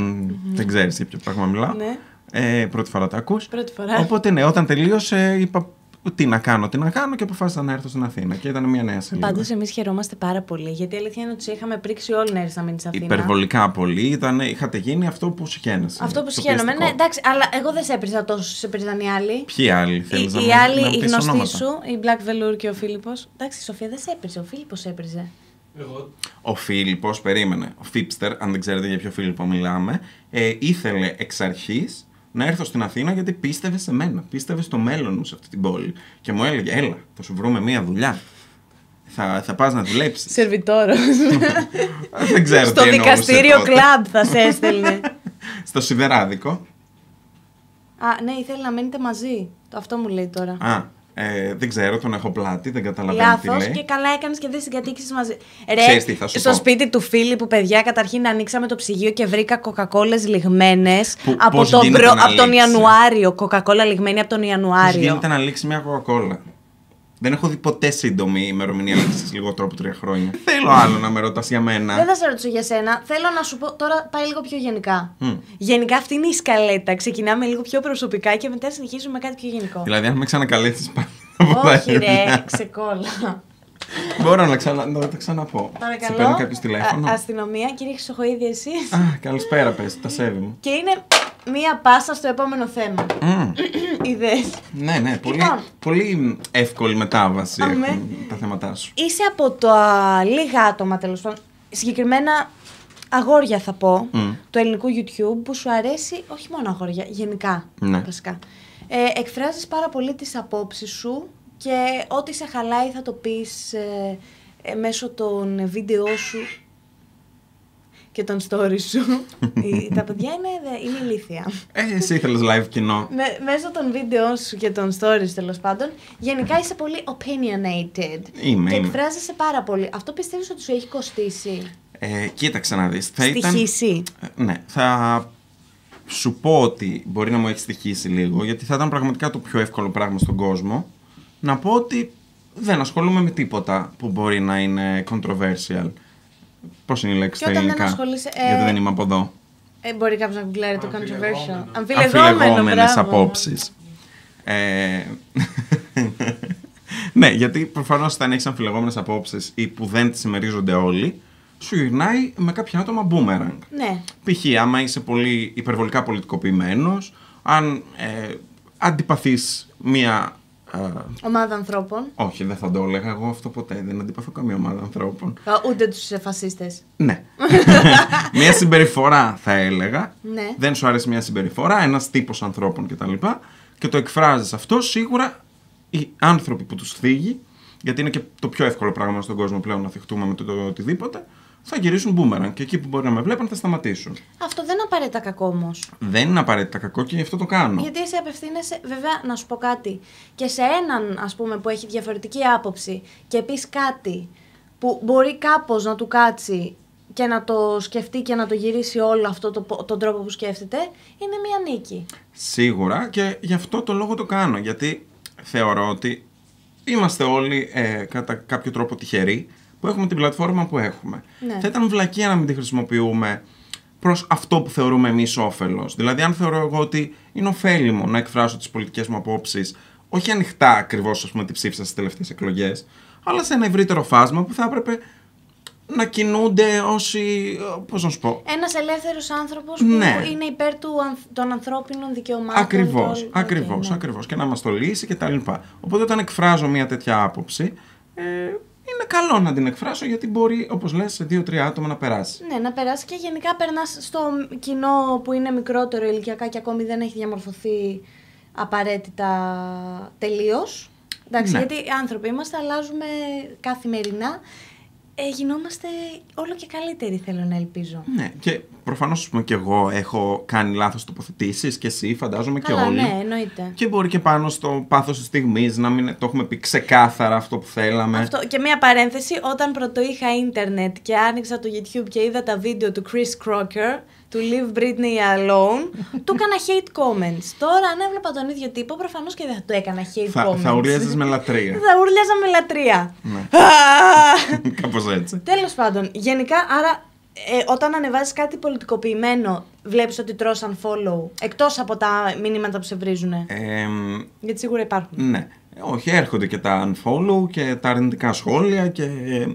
Μμ, Δεν ξέρει για ποιο πράγμα μιλάω.
Ναι.
Ε, πρώτη φορά τα ακούς.
Πρώτη φορά.
Οπότε ναι, όταν τελείωσε, είπα τι να κάνω, τι να κάνω και αποφάσισα να έρθω στην Αθήνα. Και ήταν μια νέα σελίδα.
Πάντως εμείς χαιρόμαστε πάρα πολύ. Γιατί η αλήθεια είναι ότι σε είχαμε πρίξει όλοι να έρθεις να μείνεις στην Αθήνα.
Υπερβολικά πολύ. Ήταν, είχατε γίνει αυτό που συχαίνεσαι.
Αυτό που
Το
συγχαίρομαι. Ναι,
πιεστικό.
εντάξει, αλλά εγώ δεν σε έπριζα τόσο σε πριζαν οι άλλοι.
Ποιοι άλλοι
Οι,
θέλεις να
οι
μου-
άλλοι,
να μου
οι
πεις
γνωστοί
ονόματα.
σου, η Black Velour και ο Φίλιππος. Εντάξει, η Σοφία δεν σε έπριζε. Ο Φίλιππος έπριζε.
Εγώ
Ο Φίλιππος, περίμενε. Ο Φίπστερ, αν δεν ξέρετε για ποιο Φίλιππο μιλάμε, ε, ήθελε εξ αρχής να έρθω στην Αθήνα γιατί πίστευε σε μένα. Πίστευε στο μέλλον μου σε αυτή την πόλη. Και μου έλεγε, έλα, θα σου βρούμε μία δουλειά. Θα, θα πας να δουλέψεις.
Σερβιτόρος.
<laughs> δεν ξέρω
Στο
τι εννοούσε
δικαστήριο
τότε.
κλαμπ θα
<laughs>
σε έστελνε.
Στο σιδεράδικο.
Α, ναι, ήθελε να μένετε μαζί. Το Αυτό μου λέει τώρα.
Α, ε, δεν ξέρω, τον έχω πλάτη, δεν καταλαβαίνω τι
Λάθος
λέει.
και καλά έκανες και δεν συγκατοίκησες μαζί. Ρε,
Ξέρεις τι θα σου
στο
πω.
σπίτι του Φίλιππου, παιδιά, καταρχήν ανοίξαμε το ψυγείο και βρήκα κοκακόλες λιγμένες
Που-
από,
πώς
τον,
γίνεται
προ-
να
από τον
λήξει.
Ιανουάριο. Κοκακόλα λιγμένη από τον
Πώς
Ιανουάριο.
γίνεται να λήξει μια κοκακόλα. Δεν έχω δει ποτέ σύντομη ημερομηνία λήξη λιγότερο από τρία χρόνια. Θέλω άλλο να με ρωτάς για
Δεν
μένα.
θα σε ρωτήσω για σένα. Θέλω να σου πω. Τώρα πάει λίγο πιο γενικά.
Μμ.
Γενικά αυτή είναι η σκαλέτα. Ξεκινάμε λίγο πιο προσωπικά και μετά συνεχίζουμε με κάτι πιο γενικό.
δηλαδή, αν με ξανακαλέσεις πάλι από τα
<laughs> Όχι, ρε,
χέρια,
ξεκόλα.
Μπορώ να, ξανα... να τα ξαναπώ. Σε
Παρακαλώ.
παίρνει κάποιος τηλέφωνο.
Α- αστυνομία, κύριε Χρυσοχοίδη, εσείς.
Α, καλησπέρα, πες, τα σέβη μου.
Και είναι μία πάσα στο επόμενο θέμα. <clears throat>
Μμ,
Ιδέες.
ναι, ναι, πολύ,
Λοιπόν.
πολύ εύκολη μετάβαση
Αμέ.
έχουν τα θέματά σου.
Είσαι από τα λίγα άτομα τέλος πάντων. Συγκεκριμένα αγόρια θα πω
Μμ.
του ελληνικού YouTube που σου αρέσει όχι μόνο αγόρια, γενικά
Ναι.
βασικά. Ε, εκφράζεις πάρα πολύ τις απόψεις σου και ό,τι σε χαλάει θα το πεις ε, ε, μέσω των βίντεο σου και των stories
<laughs>
σου. Η- τα παιδιά είναι, δε- είναι ηλίθια.
Ε, εσύ ήθελε live κοινό.
Με, μέσω των βίντεο σου και των stories τέλος πάντων, γενικά είσαι πολύ opinionated.
Είμαι,
και
είμαι.
εκφράζεσαι πάρα πολύ. Αυτό πιστεύεις ότι σου έχει κοστίσει.
Ε, κοίταξε να δεις. Θα ήταν...
Στοιχήσει.
Ε, Ναι, θα σου πω ότι μπορεί να μου έχει στοιχήσει λίγο, γιατί θα ήταν πραγματικά το πιο εύκολο πράγμα στον κόσμο να πω ότι δεν ασχολούμαι με τίποτα που μπορεί να είναι controversial. Πώς είναι η λέξη
Και
στα
όταν δεν
ελληνικά.
ασχολείσαι, ε,
Γιατί δεν είμαι από εδώ.
Ε, μπορεί κάποιος να γκουγκλάρει το controversial.
Αμφιλεγόμενο.
Αμφιλεγόμενες
μπράβο.
απόψεις. Ε, <laughs> ναι, γιατί προφανώς όταν έχεις αμφιλεγόμενες απόψεις ή που δεν τις συμμερίζονται όλοι, σου γυρνάει με κάποια άτομα boomerang.
Ναι.
Π.χ. άμα είσαι πολύ υπερβολικά πολιτικοποιημένος, αν ε, αντιπαθείς μία... ε,
Ομάδα ανθρώπων.
όχι, δεν θα το έλεγα εγώ αυτό ποτέ. Δεν αντιπαθώ καμία ομάδα ανθρώπων.
Α, Ούτε τους φασίστες.
Ναι. μια συμπεριφορά θα έλεγα.
Ναι.
Δεν σου αρέσει μια συμπεριφορά, ένας τύπος ανθρώπων κτλ. Και το εκφράζεις αυτό σίγουρα οι άνθρωποι που τους θίγει, γιατί είναι και το πιο εύκολο πράγμα στον κόσμο πλέον να θυχτούμε με το, το οτιδήποτε, θα γυρίσουν μπούμεραν. Και εκεί που μπορεί να με βλέπουν θα σταματήσουν.
Αυτό δεν είναι απαραίτητα κακό όμως.
Δεν είναι απαραίτητα κακό και γι' αυτό το κάνω.
Γιατί εσύ απευθύνεσαι, βέβαια, να σου πω κάτι. Και σε έναν, ας πούμε, που έχει διαφορετική άποψη και πεις κάτι που μπορεί κάπως να του κάτσει και να το σκεφτεί και να το γυρίσει όλο αυτό το, πο- τον τρόπο που σκέφτεται, είναι μία νίκη.
Σίγουρα και γι' αυτό το λόγο το κάνω. Γιατί θεωρώ ότι είμαστε όλοι ε, κατά κάποιο τρόπο τυχεροί που έχουμε την πλατφόρμα που έχουμε.
Ναι.
Θα ήταν βλακεία να μην τη χρησιμοποιούμε προς αυτό που θεωρούμε εμείς όφελος. Δηλαδή, αν θεωρώ εγώ ότι είναι ωφέλιμο να εκφράσω τις πολιτικές μου απόψεις, όχι ανοιχτά ακριβώς, ας πούμε, τι ψήφισα στις τελευταίες εκλογές, αλλά σε ένα ευρύτερο φάσμα που θα έπρεπε να κινούνται όσοι. ε, Πώς να σου πω.
Ένας ελεύθερος άνθρωπος
Ναι.
που είναι υπέρ του, ανθ- των ανθρώπινων δικαιωμάτων.
Ακριβώ,
των-
ακριβώ,
Οκ, ναι.
ακριβώς. Και να μας το λύσει και τα λοιπά. Οπότε όταν εκφράζω μια τέτοια άποψη, ε, είναι καλό να την εκφράσω γιατί μπορεί, όπως λες, σε δύο-τρία άτομα να περάσει.
Ναι, να περάσει και γενικά περνάς στο κοινό που είναι μικρότερο ηλικιακά και ακόμη δεν έχει διαμορφωθεί απαραίτητα τελείως. Εντάξει,
Ναι.
γιατί άνθρωποι είμαστε, αλλάζουμε καθημερινά. Ε, γινόμαστε όλο και καλύτεροι, θέλω να ελπίζω.
Ναι, και προφανώς και εγώ έχω κάνει λάθος τοποθετήσεις και εσύ, φαντάζομαι και
Αλλά
όλοι.
ναι, εννοείται.
Και μπορεί και πάνω στο πάθος της στιγμής να μην το έχουμε πει ξεκάθαρα αυτό που θέλαμε.
Αυτό, και μία παρένθεση, όταν πρώτο είχα ίντερνετ και άνοιξα το YouTube και είδα τα βίντεο του Chris Crocker, του Leave Britney
<laughs>
Alone, του έκανα hate comments. Τώρα αν έβλεπα τον ίδιο τύπο, προφανώς και δεν θα το έκανα hate
Θα,
comments.
θα ουρλιάζεις
<laughs>
με Ναι. λατρεία.
Θα ούρλιαζα με λατρεία.
Κάπως έτσι.
Τέλος πάντων, γενικά, άρα ε, όταν ανεβάζεις κάτι πολιτικοποιημένο, βλέπεις ότι τρως unfollow. Εκτός από τα μηνύματα που σε βρίζουν.
Ε. Εμ,
Γιατί σίγουρα υπάρχουν.
Ναι. Ε, Όχι, έρχονται και τα unfollow και τα αρνητικά σχόλια και, ε,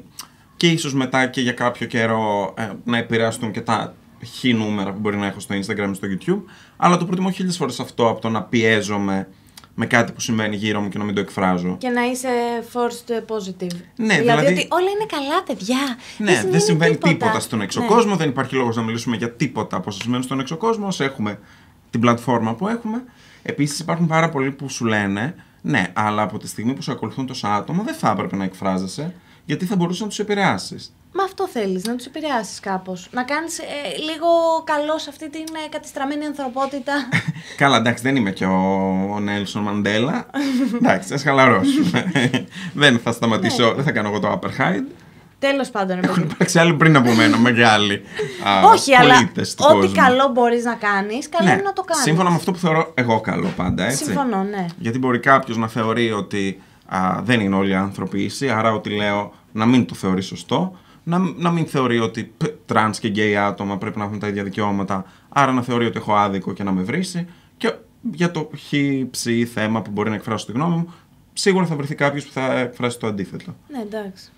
και ίσως μετά και για κάποιο καιρό ε, να επηρεάσουν και τα χι νούμερα που μπορεί να έχω στο Instagram ή στο YouTube. Αλλά το προτιμώ χίλιες φορές αυτό από το να πιέζομαι με κάτι που συμβαίνει γύρω μου και να μην το εκφράζω.
Και να είσαι forced positive.
Ναι,
δηλαδή,
δηλαδή-
ότι όλα είναι καλά, παιδιά.
Ναι, δεν συμβαίνει τίποτα, στον
εξωκόσμο.
εξωκόσμο, δεν υπάρχει λόγος να μιλήσουμε για τίποτα από όσα συμβαίνουν στον εξωκόσμο, όσο έχουμε την πλατφόρμα που έχουμε. Επίσης υπάρχουν πάρα πολλοί που σου λένε, ναι, αλλά από τη στιγμή που σε ακολουθούν τόσα άτομα δεν θα έπρεπε να εκφράζεσαι, γιατί θα μπορούσες να τους
<laughs>
επηρεάσεις.
Μα αυτό θέλεις, να τους επηρεάσεις κάπως. Να κάνεις ε, λίγο καλό σε αυτή την ε, κατεστραμμένη
<laughs>
ανθρωπότητα.
Καλά, εντάξει, δεν είμαι και ο Νέλσον Μαντέλα. εντάξει, ας
<laughs>
χαλαρώσουμε. δεν θα
Ναι.
σταματήσω, δεν θα κάνω εγώ το Upperhide.
Τέλος πάντων, ρε
Έχουν
παιδί.
υπάρξει άλλοι πριν από μένα, μεγάλοι. α,
Όχι, αλλά
πολίτες του
ό,τι
κόσμου.
καλό μπορείς να κάνεις, καλό είναι να το κάνεις.
Ναι, Σύμφωνα με αυτό που θεωρώ εγώ καλό πάντα, έτσι.
Συμφωνώ, ναι.
Γιατί μπορεί κάποιος να θεωρεί ότι α, δεν είναι όλοι οι άνθρωποι ίσοι, άρα ότι λέω να μην το θεωρεί σωστό, να, μ- να μην θεωρεί ότι π, τρανς και γκέι άτομα πρέπει να έχουν τα ίδια δικαιώματα, άρα να θεωρεί ότι έχω άδικο και να με βρήσει. Και για το χ, ψ θέμα που μπορεί να εκφράσω τη γνώμη μου, σίγουρα θα βρεθεί κάποιος που θα εκφράσει το αντίθετο.
Ναι, εντάξει.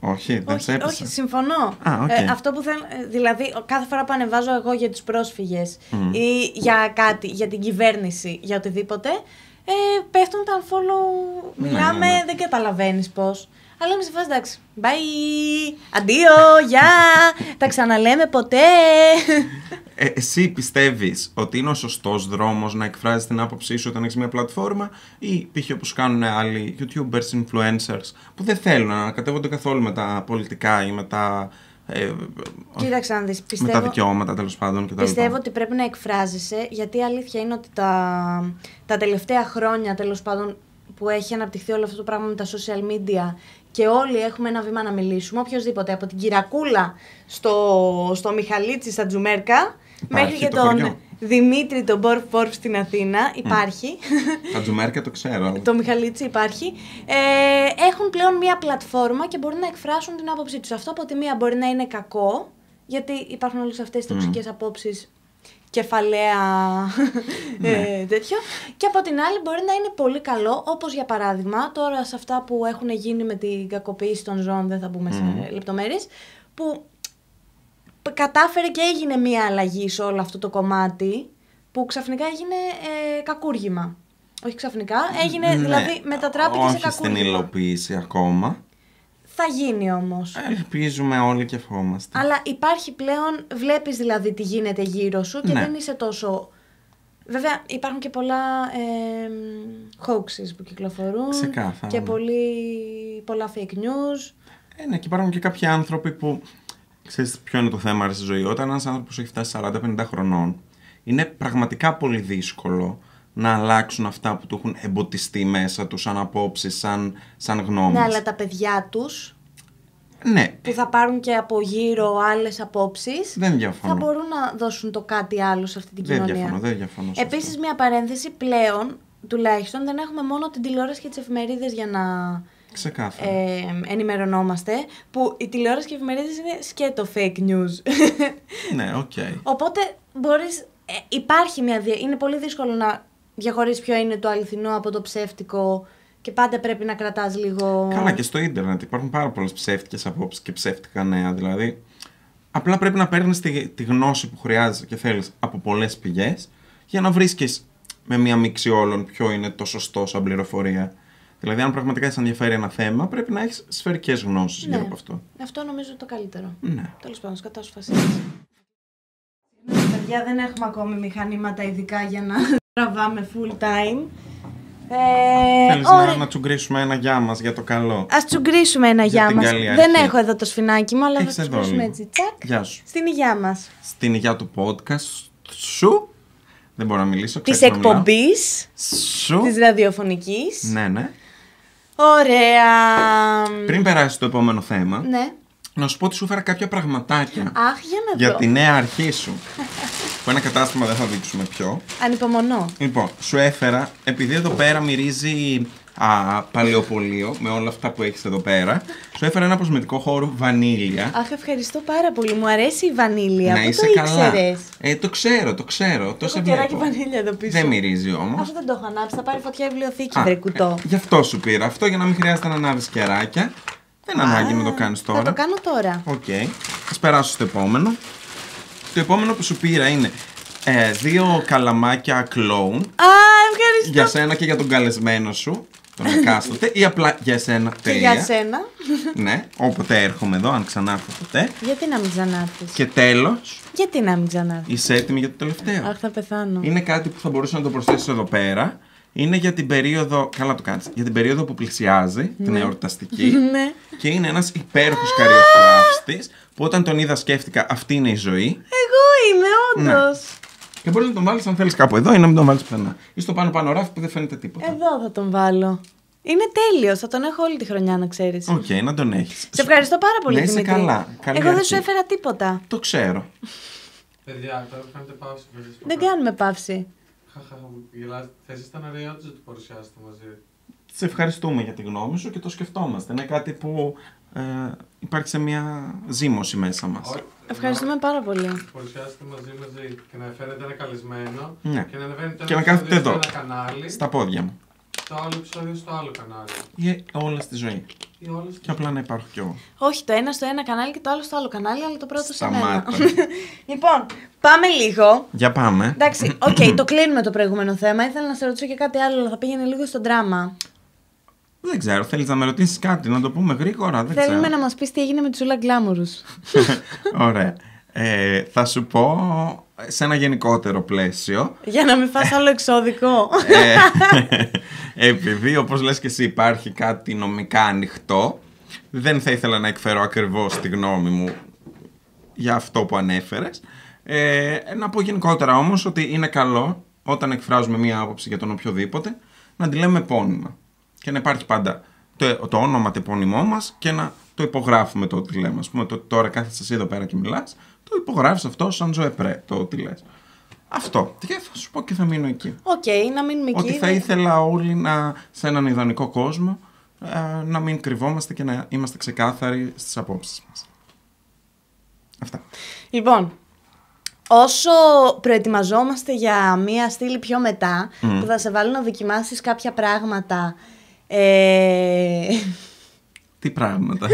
Όχι, δεν σε
Όχι,
έπεσε.
όχι, συμφωνώ.
Α, οκ.
αυτό που θέλω. ε, Δηλαδή, ο- κάθε φορά που ανεβάζω εγώ για τους πρόσφυγες ή για κάτι, για την κυβέρνηση, για οτιδήποτε, ε, πέφτουν τα unfollow.
Ναι,
Μιλάμε,
ναι, ναι.
δεν καταλαβαίνεις πώς. Αλλά είμαι σε φάση εντάξει. Bye! Αντίο! Γεια! τα ξαναλέμε ποτέ!
<laughs> Ε, εσύ πιστεύεις ότι είναι ο σωστός δρόμος να εκφράζεις την άποψή σου όταν έχεις μια πλατφόρμα ή π.χ. όπως κάνουν άλλοι youtubers, influencers που δεν θέλουν να ανακατεύονται καθόλου με τα πολιτικά ή με τα, ε,
Κοίταξε να δεις.
με τα
Πιστεύω,
δικαιώματα τέλος πάντων κτλ.
Πιστεύω ότι πρέπει να εκφράζεσαι, γιατί η αλήθεια είναι ότι τα, τα τελευταία χρόνια, τέλος πάντων, που έχει αναπτυχθεί όλο αυτό το πράγμα με τα social media και όλοι έχουμε ένα βήμα να μιλήσουμε, οποιοδήποτε, από την Κυρακούλα στο, στο Μιχαλίτσι, στα Τζουμέρκα,
Υπάρχει
μέχρι και
το
τον
χωριό.
Δημήτρη, τον Μπορφ Μπορφ στην Αθήνα, υπάρχει.
Τα τζουμέρια το ξέρω. αλλά-
Το Μιχαλίτσι υπάρχει. Ε, έχουν πλέον μία πλατφόρμα και μπορούν να εκφράσουν την άποψή τους. Αυτό από τη μία μπορεί να είναι κακό, γιατί υπάρχουν όλες αυτές τις τοξικές απόψεις κεφαλαία ε, τέτοιο. Και από την άλλη μπορεί να είναι πολύ καλό, όπως για παράδειγμα τώρα σε αυτά που έχουν γίνει με την κακοποίηση των ζώων, δεν θα μπούμε σε λεπτομέρειες, που π- κατάφερε και έγινε μία αλλαγή σε όλο αυτό το κομμάτι που ξαφνικά έγινε ε, κακούργημα. Όχι ξαφνικά, έγινε,
Ναι,
δηλαδή μετατράπηκε σε
Όχι στην
κακούργημα.
υλοποίηση ακόμα.
Θα γίνει όμως.
Ε. Ελπίζουμε όλοι και ευχόμαστε.
Αλλά υπάρχει πλέον, βλέπεις δηλαδή τι γίνεται γύρω σου και
Ναι.
δεν είσαι τόσο... Βέβαια υπάρχουν και πολλά ε, hoaxes που κυκλοφορούν
Ξεκάθαρα,
και
ναι.
πολύ, πολλά fake news.
Ε, ναι, και υπάρχουν και κάποιοι άνθρωποι που. Ξέρεις ποιο είναι το θέμα ρε, στη ζωή. Όταν ένας άνθρωπος έχει φτάσει 40-50 χρονών, είναι πραγματικά πολύ δύσκολο να αλλάξουν αυτά που του έχουν εμποτιστεί μέσα τους σαν απόψεις, σαν, σαν γνώμες.
Ναι, αλλά τα παιδιά τους
Ναι,
που θα πάρουν και από γύρω άλλες απόψεις
δεν
θα
διαφωνώ.
μπορούν να δώσουν το κάτι άλλο σε αυτή την
Δεν
κοινωνία.
διαφωνώ, δεν διαφωνώ. σε
Επίσης, μια παρένθεση πλέον, τουλάχιστον δεν έχουμε μόνο την τηλεόραση και τις εφημερίδες για να
αυτό. Ξεκάθαρα.
ε, ενημερωνόμαστε. Που η τηλεόραση και οι εφημερίδες είναι σκέτο fake news. <laughs>
Ναι, οκ.
Οπότε ε, μπορεί. υπάρχει μια. δια- Είναι πολύ δύσκολο να διαχωρίσεις ποιο είναι το αληθινό από το ψεύτικο Και πάντα πρέπει να κρατάς λίγο...
Καλά, και στο ίντερνετ υπάρχουν πάρα πολλές ψεύτικες απόψεις και ψεύτικα νέα. Δηλαδή, απλά πρέπει να παίρνεις τη, τη γνώση που χρειάζεσαι και θέλεις από πολλές πηγές για να βρίσκεις με μία μίξη όλων ποιο είναι το σωστό σαν πληροφορία. Δηλαδή, αν πραγματικά σε ενδιαφέρει ένα θέμα, πρέπει να έχεις σφαιρικές γνώσεις
Ναι.
γύρω από αυτό.
Αυτό νομίζω το καλύτερο.
Ναι.
Τέλος πάντων, κατά σου Παιδιά, δεν έχουμε ακόμη μηχανήματα ειδικά για να <laughs> τραβάμε full time. Ε,
Θέλεις
ωραία.
να, να τσουγκρίσουμε ένα γεια μας για το καλό.
Ας τσουγκρίσουμε ένα
Για
γεια
την
μας.
καλή αρχή.
Δεν έχω εδώ το σφινάκι μου, αλλά
Έχεις
θα
εδώ
τσουγκρίσουμε
λίγο.
έτσι. Τσακ.
Γεια σου.
Στην υγειά μας.
Στην υγεία του podcast σου. Δεν μπορώ να μιλήσω.
Της
ξέρεις να μιλάω.
εκπομπής,
Σου.
της ραδιοφωνικής.
Ναι, ναι.
Ωραία.
Πριν περάσει το επόμενο θέμα,
Ναι.
να σου πω ότι σου φέρα κάποια πραγματάκια.
Αχ, για να
για
δω.
τη νέα αρχή σου. που ένα κατάστημα δεν θα δείξουμε ποιο.
Ανυπομονώ.
Λοιπόν, σου έφερα, επειδή εδώ πέρα μυρίζει α, παλαιοπολείο με όλα αυτά που έχεις εδώ πέρα, σου έφερα ένα προσμετικό χώρο βανίλια.
Αχ, ευχαριστώ πάρα πολύ. Μου αρέσει η βανίλια.
να
Πού
Ναι, είσαι
το
καλά.
ήξερες.
Ε, το ξέρω, το ξέρω. Το σε
Έχω κεράκι
βλέπω.
βανίλια εδώ πίσω.
Δεν μυρίζει όμως.
Αυτό δεν το έχω ανάψει. Θα πάρει φωτιά η βιβλιοθήκη,
Α,
βρε κουτό.
ε, γι' αυτό σου πήρα. Αυτό για να μην χρειάζεται να ανάβεις κεράκια. Δεν ανάγκη να το κάνεις τώρα.
Θα το κάνω τώρα.
Οκ. Ας περάσω στο επόμενο. Το επόμενο που σου πήρα είναι ε, δύο καλαμάκια κλόουν
Α, ευχαριστώ.
για σένα και για τον καλεσμένο σου, τον εκάστοτε, ή απλά για σένα.
Και
Τέλεια.
για σένα.
Ναι, όποτε έρχομαι εδώ, αν ξανάρθω ποτέ.
Γιατί να μην ξανάρθεις.
Και τέλος,
Γιατί να μην ξανάρθεις.
είσαι έτοιμη για το τελευταίο.
Αχ, ναι. θα πεθάνω.
Ναι. Είναι κάτι που θα μπορούσα να το προσθέσω εδώ πέρα. Είναι για την περίοδο. Καλά το κάνεις, Για την περίοδο που πλησιάζει, την εορταστική.
Ναι.
Και είναι ένας υπέροχος καριοφυλάφτη που όταν τον είδα σκέφτηκα αυτή είναι η ζωή.
Εγώ είμαι,
Ναι.
όντω.
Και μπορεί να τον βάλεις αν θέλεις κάπου εδώ ή να μην τον βάλεις πουθενά. Ή στο πάνω πάνω ράφι που δεν φαίνεται τίποτα.
Εδώ θα τον βάλω. Είναι τέλειος. Θα τον έχω όλη τη χρονιά, να ξέρεις.
Οκ, να τον έχεις.
Σε ευχαριστώ πάρα πολύ,
Να είσαι
Δημήτρη.
καλά. Καλή
Εγώ δεν
αρχή.
σου έφερα τίποτα.
Το ξέρω.
Παιδιά, τώρα κάνετε παύση. παιδιά,
Δεν
σοβαρά.
κάνουμε παύση.
Χαχα, γελάτε. Θες ήταν ωραίο να το παρουσιάσετε μαζί.
Σε ευχαριστούμε για τη γνώμη σου και το σκεφτόμαστε. Είναι κάτι που ε, υπάρχει σε μια ζήμωση μέσα μας.
Ω-
Ευχαριστούμε
να
πάρα πολύ.
το Παρουσιάσετε μαζί μαζί και να φέρετε ένα καλεσμένο
Ναι.
και να ανεβαίνετε
Και
ένα
να κάθετε
επεισόδιο
εδώ.
στο ένα κανάλι,
Στα πόδια μου.
το άλλο επεισόδιο στο άλλο κανάλι.
Ή όλα στη ζωή.
Ή όλες
Και απλά να υπάρχω κι εγώ.
Όχι το ένα στο ένα κανάλι και το άλλο στο άλλο κανάλι, αλλά το πρώτο στο ένα.
Σταμάτα.
<laughs> λοιπόν, πάμε λίγο.
Για πάμε. <clears throat>
Εντάξει, οκ, το κλείνουμε το προηγούμενο θέμα. Ήθελα να σε ρωτήσω και κάτι άλλο, αλλά θα πήγαινε λίγο στο δράμα.
Δεν ξέρω, θέλεις να με ρωτήσεις κάτι, να το πούμε γρήγορα. Δεν
Θέλουμε
ξέρω.
να μας πεις τι έγινε με τους Ζούλα Γκλάμουρου.
<laughs> Ωραία. Ε, θα σου πω σε ένα γενικότερο πλαίσιο.
Για να μην φας άλλο
<laughs>
εξώδικο.
Ε, <laughs> επειδή, όπως λες και εσύ, υπάρχει κάτι νομικά ανοιχτό, δεν θα ήθελα να εκφέρω ακριβώς τη γνώμη μου για αυτό που ανέφερες. Ε, να πω γενικότερα όμως ότι είναι καλό όταν εκφράζουμε μία άποψη για τον οποιοδήποτε να τη λέμε επώνυμα. Και να υπάρχει πάντα το, το όνομα, το επώνυμό μας και να το υπογράφουμε το ότι λέμε. Ας πούμε, το, τώρα κάθεσαι εσύ εδώ πέρα και μιλάς, το υπογράφεις αυτό σαν ζωεπρέ το ότι λες. Αυτό. Και θα σου πω και θα μείνω εκεί.
Οκ, να μείνουμε εκεί.
Ότι θα ήθελα όλοι να, σε έναν ιδανικό κόσμο ε, να μην κρυβόμαστε και να είμαστε ξεκάθαροι στις απόψεις μας. Αυτά.
Λοιπόν, όσο προετοιμαζόμαστε για μία στήλη πιο μετά, που θα σε βάλω να δοκιμάσεις κάποια πράγματα. Ε... <laughs>
Τι <laughs> πράγματα.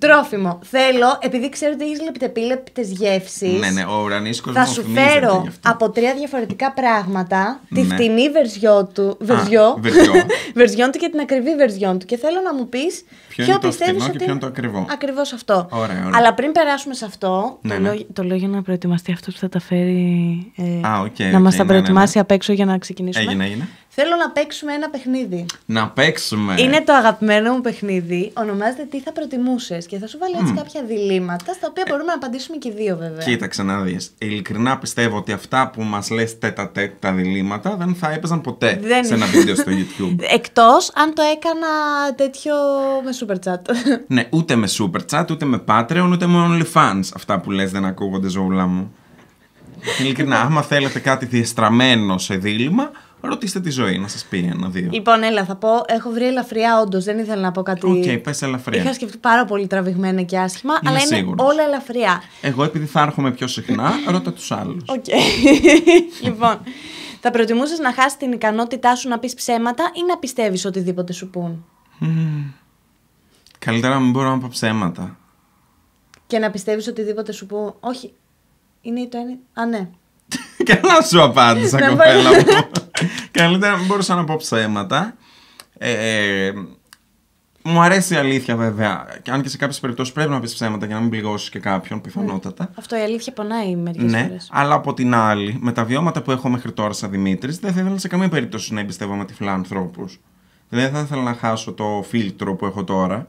τρόφιμο. Θέλω, επειδή ξέρω ότι έχεις λεπτεπίλεπτες γεύσεις.
ναι, ναι, ο ουρανής
Θα
κόσμος
σου
φημίζεται
φέρω
γι' αυτό.
από τρία διαφορετικά πράγματα τη
Ναι.
φτηνή βερζιό του. Βερζιό. <laughs>
βερζιό.
βερζιόν του και την ακριβή βερζιόν του. Και θέλω να μου πεις ποιο,
Ποιο είναι το
πιστεύεις
φθηνό
ότι.
και ποιο είναι το ακριβό.
Ακριβώς αυτό.
Ωραία, ωραία.
Αλλά πριν περάσουμε σε αυτό,
Ναι,
το,
ναι.
Λέω, το λέω για να προετοιμαστεί αυτός που θα τα φέρει. Ε,
Α, οκ,
να
οκ,
μα
ναι,
τα
ναι,
προετοιμάσει
ναι.
απ' έξω για να ξεκινήσουμε.
Έγινε, έγινε.
Θέλω να παίξουμε ένα παιχνίδι.
Να παίξουμε.
Είναι το αγαπημένο μου παιχνίδι. Ονομάζεται Τι θα προτιμούσες και θα σου βάλω έτσι κάποια διλήμματα, στα οποία μπορούμε να απαντήσουμε και οι δύο βέβαια.
Κοίταξε να δεις. Ειλικρινά πιστεύω ότι αυτά που μας λες τέτα τέτ τα διλήμματα δεν θα έπαιζαν ποτέ
Δεν-
σε ένα βίντεο
<laughs>
στο YouTube.
Εκτός αν το έκανα τέτοιο με super
<laughs>
chat.
ναι, ούτε με Super Chat, ούτε με Patreon, ούτε με OnlyFans. Αυτά που λες δεν ακούγονται, ζωούλα μου. Ειλικρινά, άμα θέλετε κάτι διεστραμμένο σε δίλημα, ρωτήστε τη ζωή να σας πει ένα-δύο.
Λοιπόν, έλα, θα πω. Έχω βρει ελαφριά, όντως. Δεν ήθελα να πω κάτι.
Οκ, πες ελαφριά.
Είχα σκεφτεί πάρα πολύ τραβηγμένα και άσχημα,
Είμαι
αλλά είναι
σίγουρος.
όλα ελαφριά.
<laughs> Εγώ επειδή θα έρχομαι πιο συχνά, ρώτα τους άλλους.
Οκ. λοιπόν, Θα προτιμούσες να χάσεις την ικανότητά σου να πεις ψέματα ή να πιστεύεις οτιδήποτε σου πούν.
Καλύτερα να μην μπορώ να πω ψέματα. <laughs>
Και να πιστεύεις οτιδήποτε σου πούν. Όχι. Είναι ή το ένα. Α, ναι.
Καλά σου απάντησα,
Ναι,
κοπέλα
πάλι.
μου. Καλύτερα να μην μπορούσα να πω ψέματα. Ε, μου αρέσει η αλήθεια βέβαια. Και αν και σε κάποιες περιπτώσεις πρέπει να πεις ψέματα για να μην πληγώσεις και κάποιον, πιθανότατα.
Αυτό η αλήθεια πονάει μερικές
Ναι,
φορές.
αλλά από την άλλη, με τα βιώματα που έχω μέχρι τώρα σαν Δημήτρης, δεν θα ήθελα σε καμία περίπτωση να εμπιστεύομαι τυφλά ανθρώπους. Δηλαδή, δεν θα ήθελα να χάσω το φίλτρο που έχω τώρα.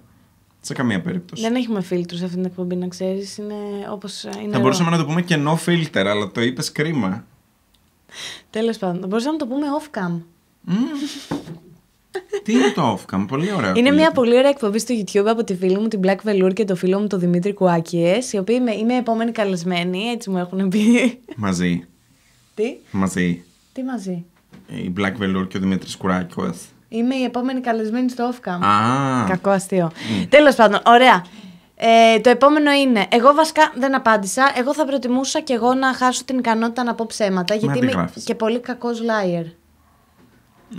Σε καμία περίπτωση.
Δεν έχουμε φίλτρους σε αυτήν την εκπομπή, να ξέρεις. Είναι όπως.
θα μπορούσαμε να το πούμε κενό φίλτερ, αλλά το είπες κρίμα.
Τέλος πάντων, θα μπορούσαμε να το πούμε off-cam.
Μμμ. Τι είναι το off-cam, Ε, πολύ ωραίο.
Είναι μια
ακούγεται.
πολύ ωραία εκπομπή στο YouTube από τη φίλη μου την Black Velour και το φίλο μου τον Δημήτρη Κουάκιες, οι οποίοι είμαι, είμαι επόμενοι καλεσμένοι, έτσι μου έχουν
<laughs>
πει.
Μαζί.
τι,
Μαζί.
τι μαζί.
Η Black Velour και ο Δημήτρης Κουράκιο.
Είμαι η επόμενη καλεσμένη στο off-cam.
Α,
Κακό αστείο. Τέλος πάντων, ωραία. Ε, το επόμενο είναι. Εγώ βασικά δεν απάντησα. Εγώ θα προτιμούσα και εγώ να χάσω την ικανότητα να πω ψέματα. Γιατί
τι
είμαι
γράφεις.
και πολύ κακός liar.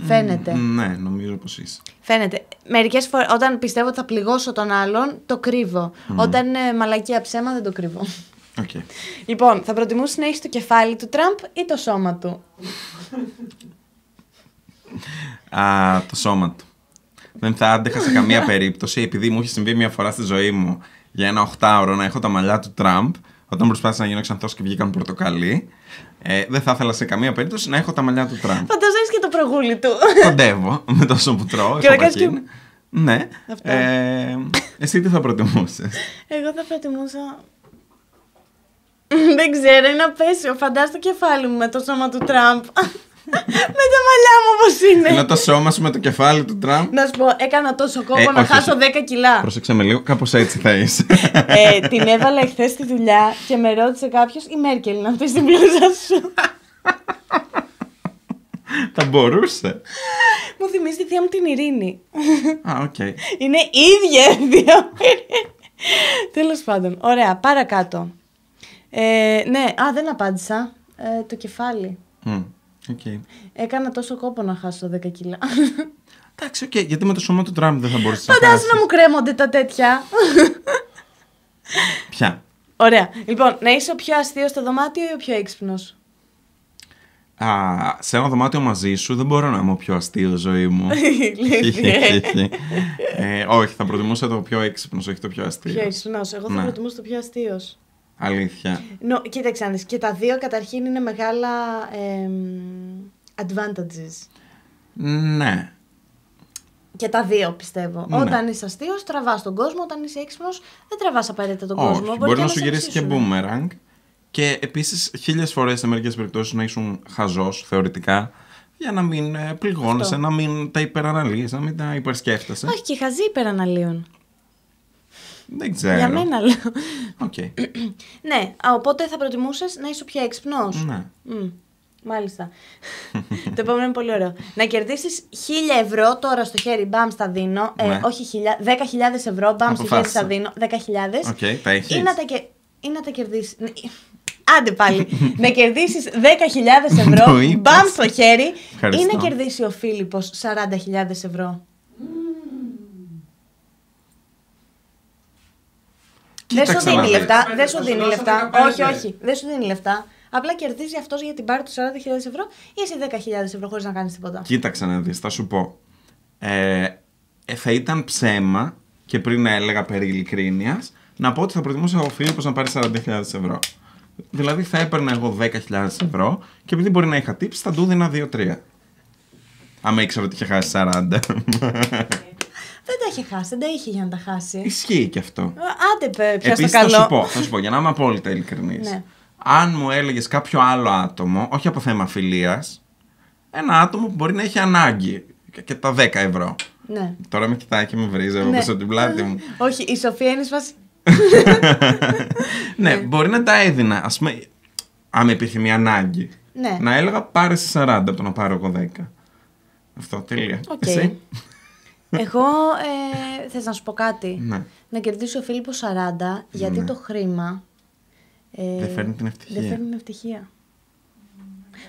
Φαίνεται.
ναι, νομίζω πως είσαι.
Φαίνεται. Μερικές φορέ, όταν πιστεύω ότι θα πληγώσω τον άλλον, το κρύβω. Όταν είναι μαλακία ψέμα, δεν το κρύβω.
Οκ.
λοιπόν, θα προτιμούσε να έχεις το κεφάλι του Τραμπ ή το σώμα του.
Α, το σώμα του. Δεν θα άντεχα σε
<laughs>
καμία περίπτωση, επειδή μου είχε συμβεί μια φορά στη ζωή μου για ένα οχτάωρο να έχω τα μαλλιά του Τραμπ, όταν προσπάθησα να γίνω ξανθός και βγήκαν πορτοκαλί. Ε, δεν θα ήθελα σε καμία περίπτωση να έχω τα μαλλιά του
<laughs>
Τραμπ.
Φαντάζεσαι και το προγούλι
<laughs>
του.
Κοντεύω με τόσο που τρώω.
Και να
έχω
κάνεις και-
βαγίνα. Ναι.
Αυτά.
Ε, εσύ τι θα προτιμούσες.
<laughs> Εγώ θα προτιμούσα. δεν ξέρω, είναι απέσιο. Φαντάζομαι το κεφάλι μου με το σώμα του
<laughs>
Τραμπ. με τα μαλλιά μου όπως
Ενώ
είναι.
το σώμα σου με το κεφάλι του Τραμπ.
να σου πω, έκανα τόσο κόπο
Ε,
να
όχι,
χάσω
όχι.
10 κιλά.
Πρόσεξε με λίγο, κάπως έτσι θα είσαι.
Ναι. ε,
<laughs>
την έβαλα εχθές στη δουλειά και με ρώτησε κάποιος η Μέρκελ να πεις την πλούζα σου.
θα μπορούσε.
μου θυμίζει τη θεία μου την Ειρήνη.
Α, οκ.
Είναι ίδια οι δύο. Τέλος πάντων. Ωραία, παρακάτω. Ε, ναι, α, δεν απάντησα. Ε, το κεφάλι.
Μμ, οκ.
Έκανα τόσο κόπο να χάσω 10 κιλά.
Εντάξει, οκ, γιατί με το σώμα του Τραμπ δεν θα μπορούσες να
Φαντάζομαι να
χάσεις.
μου κρέμονται τα τέτοια.
Ποια.
Ωραία. Λοιπόν, να είσαι ο πιο αστείος στο δωμάτιο ή ο πιο έξυπνος.
Α, σε ένα δωμάτιο μαζί σου δεν μπορώ να είμαι ο πιο αστείος ζωή μου.
<laughs>
<laughs> ε, όχι, θα προτιμούσα το πιο έξυπνος, όχι το πιο
Πιο
αστείο.
έξυπνος. Εγώ θα
Ναι.
προτιμούσα το πιο αστείος.
Αλήθεια.
Νο, κοίταξε να δεις, και τα δύο καταρχήν είναι μεγάλα εμ, advantages.
Ναι.
Και τα δύο πιστεύω.
Ναι.
Όταν είσαι αστείος, τραβάς τον κόσμο. Όταν είσαι έξυπνος, δεν τραβάς απαραίτητα τον κόσμο.
όχι, μπορεί να σου
σε
γυρίσει και
ψήσουν.
boomerang. Και επίσης χίλιες φορές σε μερικές περιπτώσεις να ήσουν χαζός θεωρητικά. Για να μην ε, πληγώνεσαι,
Αυτό.
να μην τα υπεραναλύεις, να μην τα υπερσκέφτεσαι.
Όχι, και οι χαζοί υπεραναλύουν.
Δεν ξέρω.
Για μένα λέω. <clears throat>
Οκ.
ναι, α, οπότε θα προτιμούσες να είσαι πιο έξυπνος.
ναι.
Μμ, Μάλιστα. το επόμενο είναι πολύ ωραίο. Να κερδίσεις 1000 ευρώ τώρα στο χέρι, μπαμ, στα δίνω. Ε,
Ναι.
όχι 1000, 10.000 ευρώ, μπαμ, στο χέρι,
Αποφάσισα.
στα δίνω. 10.000.
Οκ, τα έχεις.
Ή να τα, κε... ή να τα κερδίσεις. Άντε
<laughs>
πάλι. να κερδίσεις 10.000 ευρώ,
Το είπες.
μπαμ στο χέρι. Ή
Ευχαριστώ.
να κερδίσει ο Φίλιππος 40.000 ευρώ. Δεν σου
Κοίταξε να
δίνει
δεις.
λεφτά.
Πέντε,
Δεν σου
θα σου
δίνει
δώσω
λεφτά.
15.
Όχι, όχι. Δεν σου δίνει λεφτά. Απλά κερδίζει αυτό για την πάρη του 40.000 ευρώ ή εσύ 10.000 ευρώ χωρίς να κάνεις τίποτα.
Κοίταξε να δεις, θα σου πω. Ε, ε, θα ήταν ψέμα και πριν έλεγα περί ειλικρίνειας, να πω ότι θα προτιμούσα ο Φίλιππος να πάρει 40.000 ευρώ. Δηλαδή θα έπαιρνα εγώ 10.000 ευρώ και επειδή μπορεί να είχα tips θα του δίνα 2-3. Άμα ήξερα ότι είχε χάσει 40.
<laughs> Δεν τα είχε χάσει, δεν τα είχε για να τα χάσει.
Ισχύει και αυτό.
Ε, Άντε, παι, πια στο
Επίσης
καλό.
θα σου πω, θα σου πω, για να είμαι απόλυτα ειλικρινής.
Ναι.
Αν μου έλεγες κάποιο άλλο άτομο, όχι από θέμα φιλίας, ένα άτομο που μπορεί να έχει ανάγκη και- και τα 10 ευρώ.
Ναι.
Τώρα με κοιτάει και με βρίζει από
Ναι.
πίσω την πλάτη μου.
Όχι, η Σοφία είναι σφασί.
ναι, μπορεί να τα έδινα. Ας πούμε, αν επιθυμεί ανάγκη.
Ναι.
Να έλεγα πάρε σε 40 από το να πάρω εγώ 10. Αυτό, τέλεια.
Οκ.
Εσύ.
Εγώ ε, θες να σου πω κάτι.
Ναι.
Να κερδίσει ο Φίλιππος 40, γιατί το χρήμα... ε,
Δεν φέρνει την ευτυχία.
Δεν φέρνει την ευτυχία.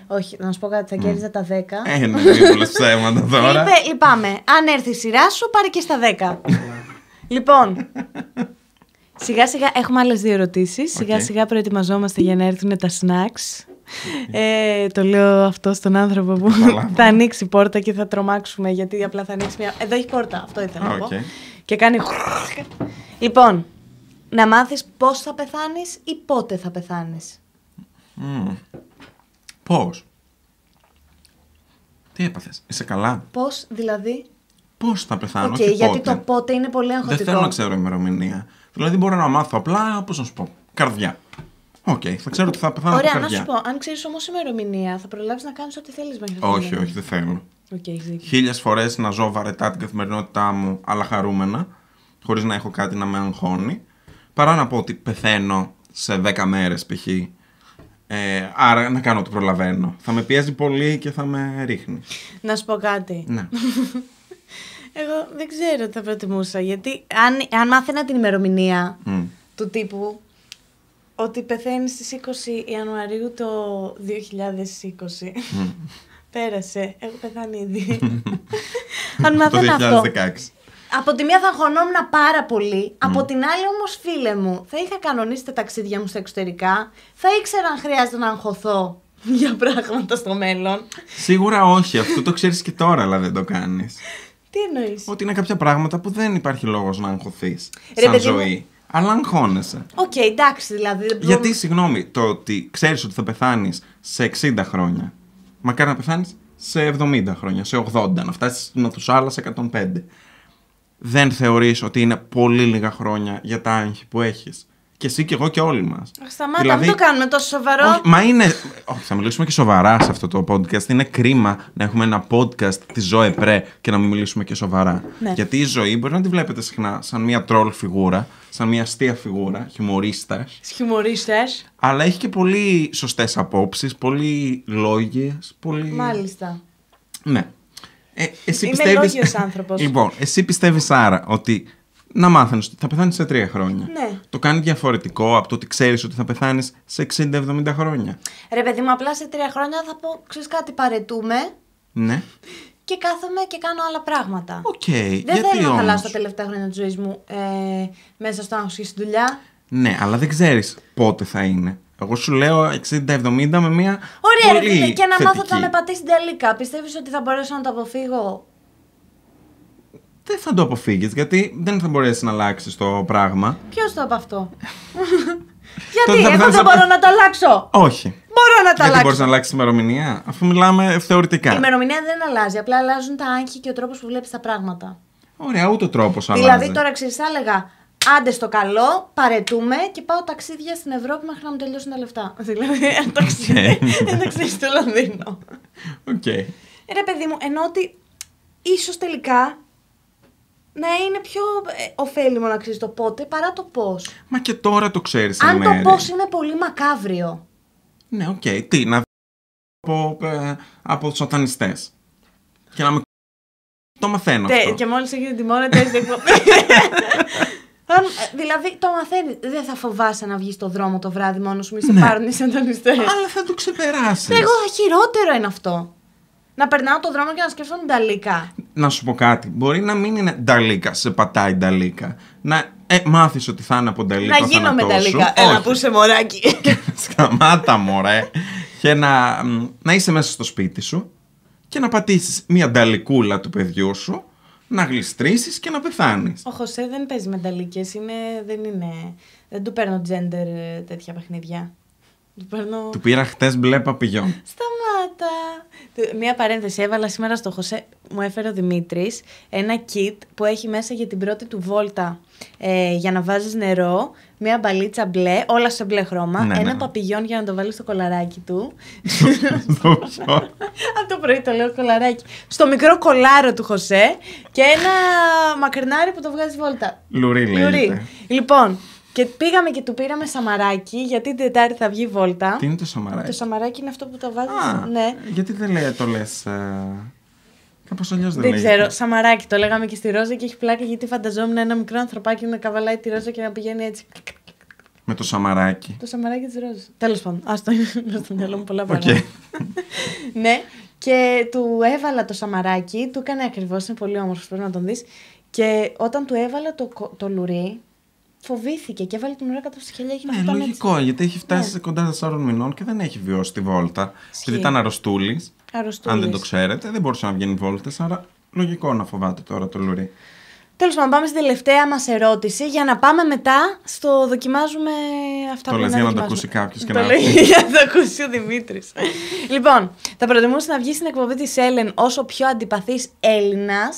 Όχι, να σου πω κάτι, θα κέρδιζα τα 10.
Ναι. Ε, ναι, μη πολλές ψέματα τώρα.
Είπε, λυπάμαι. Αν έρθει η σειρά σου, πάρε και στα 10.
Ναι.
λοιπόν. Σιγά σιγά έχουμε άλλες δύο ερωτήσεις. Σιγά
Οκ.
σιγά προετοιμαζόμαστε για να έρθουν τα
<laughs>
snacks. Ε, το λέω αυτό στον άνθρωπο που
Καλά.
<laughs>
ναι.
θα ανοίξει πόρτα και θα τρομάξουμε γιατί απλά θα ανοίξει μια. Εδώ έχει πόρτα, αυτό ήθελα να
Α,
πω.
οκ.
Και κάνει. <laughs> λοιπόν, να μάθεις πώς θα πεθάνεις ή πότε θα πεθάνεις.
Μμμ. Πώς. Τι έπαθες, είσαι καλά.
Πώς δηλαδή.
Πώς θα πεθάνω,
Οκ,
όχι
γιατί
πότε.
το πότε είναι πολύ αγχωτικό.
Δεν θέλω να ξέρω ημερομηνία. Δηλαδή μπορώ να μάθω απλά, πώς να σου πω, καρδιά. Οκ, θα ξέρω ότι θα πεθάνω από
Ωραία, να
καρδιά.
σου πω, αν ξέρεις όμως ημερομηνία, θα προλάβεις να κάνεις ό,τι θέλεις μέχρι
Όχι, όχι, δεν θέλω.
Okay,
Χίλιες φορές να ζω βαρετά την καθημερινότητά μου, αλλά χαρούμενα, χωρίς να έχω κάτι να με αγχώνει, παρά να πω ότι πεθαίνω σε 10 μέρες π.χ. Ε, άρα να κάνω ό,τι προλαβαίνω. Θα με πιέζει πολύ και θα με ρίχνει.
να σου πω κάτι. <laughs>
Ναι.
Εγώ δεν ξέρω τι θα προτιμούσα. Γιατί αν, αν μάθαινα την ημερομηνία
Μμ.
του τύπου ότι πεθαίνει στις 20 Ιανουαρίου το
<laughs>
2020. Πέρασε. Έχω πεθάνει ήδη. αν
Το
μάθαινα αυτό.
2016.
Από τη μία θα αγχωνόμουν πάρα πολύ.
Mm.
Από την άλλη όμως, φίλε μου, θα είχα κανονίσει τα ταξίδια μου στα εξωτερικά. Θα ήξερα αν χρειάζεται να αγχωθώ <laughs> για πράγματα στο μέλλον.
Σίγουρα όχι, αυτό το ξέρεις και τώρα, αλλά δεν το κάνεις.
Τι εννοείς.
Ότι είναι κάποια πράγματα που δεν υπάρχει λόγος να αγχωθείς
Ρε,
σαν
παιδί μου.
ζωή. Αλλά αγχώνεσαι.
Οκ, εντάξει δηλαδή. δεν μπορούμε-
Γιατί, συγγνώμη, το ότι ξέρεις ότι θα πεθάνεις σε 60 χρόνια, μακάρι να πεθάνεις σε 70 χρόνια, σε 80, να φτάσεις στην Αθουσάλα σε 105. Δεν θεωρείς ότι είναι πολύ λίγα χρόνια για τα άγχη που έχεις. Και εσύ και εγώ και όλοι μας.
Αχ, Σταμάτα, μην το κάνουμε τόσο σοβαρό.
Δηλαδή- Όχι, μα είναι. Όχι, θα μιλήσουμε και σοβαρά σε αυτό το podcast. Είναι κρίμα να έχουμε ένα podcast τη Ζωέ Πρέ και να μην μιλήσουμε και σοβαρά.
Ναι.
Γιατί η ζωή μπορεί να τη βλέπετε συχνά σαν μια τρόλ φιγούρα, σαν μια αστεία φιγούρα, χιουμορίστας.
Σχημορίστε.
Αλλά έχει και πολύ σωστές απόψεις, πολύ λόγιες. Πολύ...
Μάλιστα.
Ναι. Ε, εσύ
Είμαι
πιστεύεις...
λόγιος άνθρωπος.
<laughs> λοιπόν, εσύ πιστεύεις άρα ότι να μάθαινες ότι θα πεθάνεις σε τρία χρόνια.
Ναι.
Το κάνει διαφορετικό από το ότι ξέρεις ότι θα πεθάνεις σε 60-70 χρόνια.
Ρε παιδί μου, απλά σε τρία χρόνια θα πω, ξέρεις κάτι, παρετούμε
Ναι.
και κάθομαι και κάνω άλλα πράγματα.
Οκ.
Δεν
Γιατί
θέλω να
όμως?
χαλάσω τα τελευταία χρόνια της ζωής μου ε, μέσα στο άγχος και στη δουλειά.
Ναι, αλλά δεν ξέρεις πότε θα είναι. Εγώ σου λέω 60-70 με μια.
Ωραία, ρε
πολύ
φίλε, και να μάθω ότι
θετική.
θα με πατήσει την τελικά. Πιστεύεις ότι θα μπορέσω να το αποφύγω.
Δεν θα το αποφύγεις, γιατί δεν θα μπορέσεις να αλλάξεις το πράγμα.
Ποιος το από
<laughs>
αυτό.
Τότε
Γιατί
θα
εγώ δεν
πεθάνεις από-
μπορώ να το αλλάξω.
Όχι.
Μπορώ να το
Γιατί μπορεί
αλλάξω.
να αλλάξεις ημερομηνία, αφού μιλάμε θεωρητικά.
Η ημερομηνία δεν αλλάζει. Απλά αλλάζουν τα άγχη και ο τρόπος που βλέπεις τα πράγματα.
Ωραία, ούτε ο τρόπος αλλάζει.
Δηλαδή τώρα ξέρεις, θα έλεγα άντε στο καλό, παρετούμε και πάω ταξίδια στην Ευρώπη μέχρι να μου τελειώσουν τα λεφτά. <laughs> Δηλαδή ένα ταξίδι, ένα ταξίδι στο Λονδίνο. Ε,
Οκ.
Ρε παιδί μου, ενώ ότι ίσως τελικά να είναι πιο ε, ωφέλιμο να ξέρεις το πότε παρά το πώς.
Μα και τώρα το ξέρεις.
Αν το πώς είναι πολύ μακάβριο.
Ναι, οκ. Τι, να δω από, ε, από σατανιστές. Και να με. Το μαθαίνω.
Τε-
αυτό.
Ναι, και μόλις έγινε τη μόρα τέσσερα <laughs> εκπομπή. Αν, ε, δηλαδή το μαθαίνεις. Δεν θα φοβάσαι να βγεις στο δρόμο το βράδυ μόνος σου, μη σε
Ναι.
πάρουν οι σαντανιστές.
Αλλά θα το ξεπεράσεις.
Ναι, Εγώ χειρότερο είναι αυτό. Να περνάω το δρόμο και να σκεφτόμουν τα λύκα.
Να σου πω κάτι. Μπορεί να μην είναι νταλίκα, σε πατάει νταλίκα. Να ε, μάθεις ότι θα είναι από
Να
νταλίκα. ο
γίνω με τα
θάνατός σου.
λύκα. Έλα,
Όχι.
πού σε μωράκι.
Σταμάτα μωρέ Και να, μ, να είσαι μέσα στο σπίτι σου Και να πατήσεις μια νταλικούλα του παιδιού σου Να γλιστρήσεις και να πεθάνεις
<laughs> Ο Χωσέ δεν παίζει με ταλίκες, είναι, δεν είναι, δεν του παίρνω gender ε, τέτοια παιχνίδια. Του παίρνω...
Του πήρα χτες
<laughs>
μπλε παπηγιόν
Σταμάτα! Του- Μία παρένθεση, έβαλα σήμερα στο Χωσέ, μου έφερε ο Δημήτρης ένα kit που έχει μέσα για την πρώτη του βόλτα ε, για να βάζεις νερό, μία μπαλίτσα μπλε, όλα σε μπλε χρώμα,
Ναι, ναι,
ένα
ναι.
παπηγιόν για να το βάλεις στο κολαράκι <laughs> του.
Στο πιό.
Από το πρωί το λέω κολαράκι. Στο μικρό κολάρο του Χωσέ και ένα μακρινάρι που το βγάζει βόλτα.
Λουρί
Λουρί.
λέγεται
Λοιπόν, και πήγαμε και του πήραμε σαμαράκι, γιατί την Τετάρτη θα βγει βόλτα.
Τι είναι το
Το
σαμαράκι
σαμαράκι είναι αυτό που το
Α,
βάζει. Ναι.
Γιατί δεν λέ, το λες ε, Κάπως αλλιώς δεν,
Δεν
λέγεται.
ξέρω, σαμαράκι το λέγαμε και στη Ρόζα και έχει πλάκα γιατί φανταζόμουν ένα μικρό ανθρωπάκι να καβαλάει τη Ρόζα και να πηγαίνει έτσι.
Με το σαμαράκι.
Το σαμαράκι της Ρόζας. Τέλος πάντων. Ας το <laughs> είναι στο μυαλό μου πολλά
Οκ.
πράγματα. <laughs> ναι, και του έβαλα το σαμαράκι, του έκανε ακριβώς. Είναι πολύ όμορφος, πρέπει να τον δεις. Και όταν του έβαλα το, κο- το λουρί, φοβήθηκε και έβαλε την ουρά κάτω από τα χέρια και
Ναι,
γινόταν
λογικό, γιατί έχει φτάσει
Ναι.
κοντά 4 μηνών και δεν έχει βιώσει τη βόλτα.
Ισχύει.
Γιατί ήταν αρρωστούλης.
έτσι.
Αν δεν το ξέρετε, δεν μπορούσε να βγαίνει βόλτες, άρα λογικό να φοβάται τώρα το λουρί.
Τέλος πάντων, πάμε στην τελευταία μας ερώτηση για να πάμε μετά στο δοκιμάζουμε αυτά
Το
που
λες
είναι
για να το
δοκιμάζουμε.
ακούσει κάποιος και
Το
να-
λέει <laughs> για να το ακούσει ο Δημήτρης. λοιπόν, θα προτιμούσε να βγει στην εκπομπή της Έλεν όσο πιο αντιπαθής Έλληνας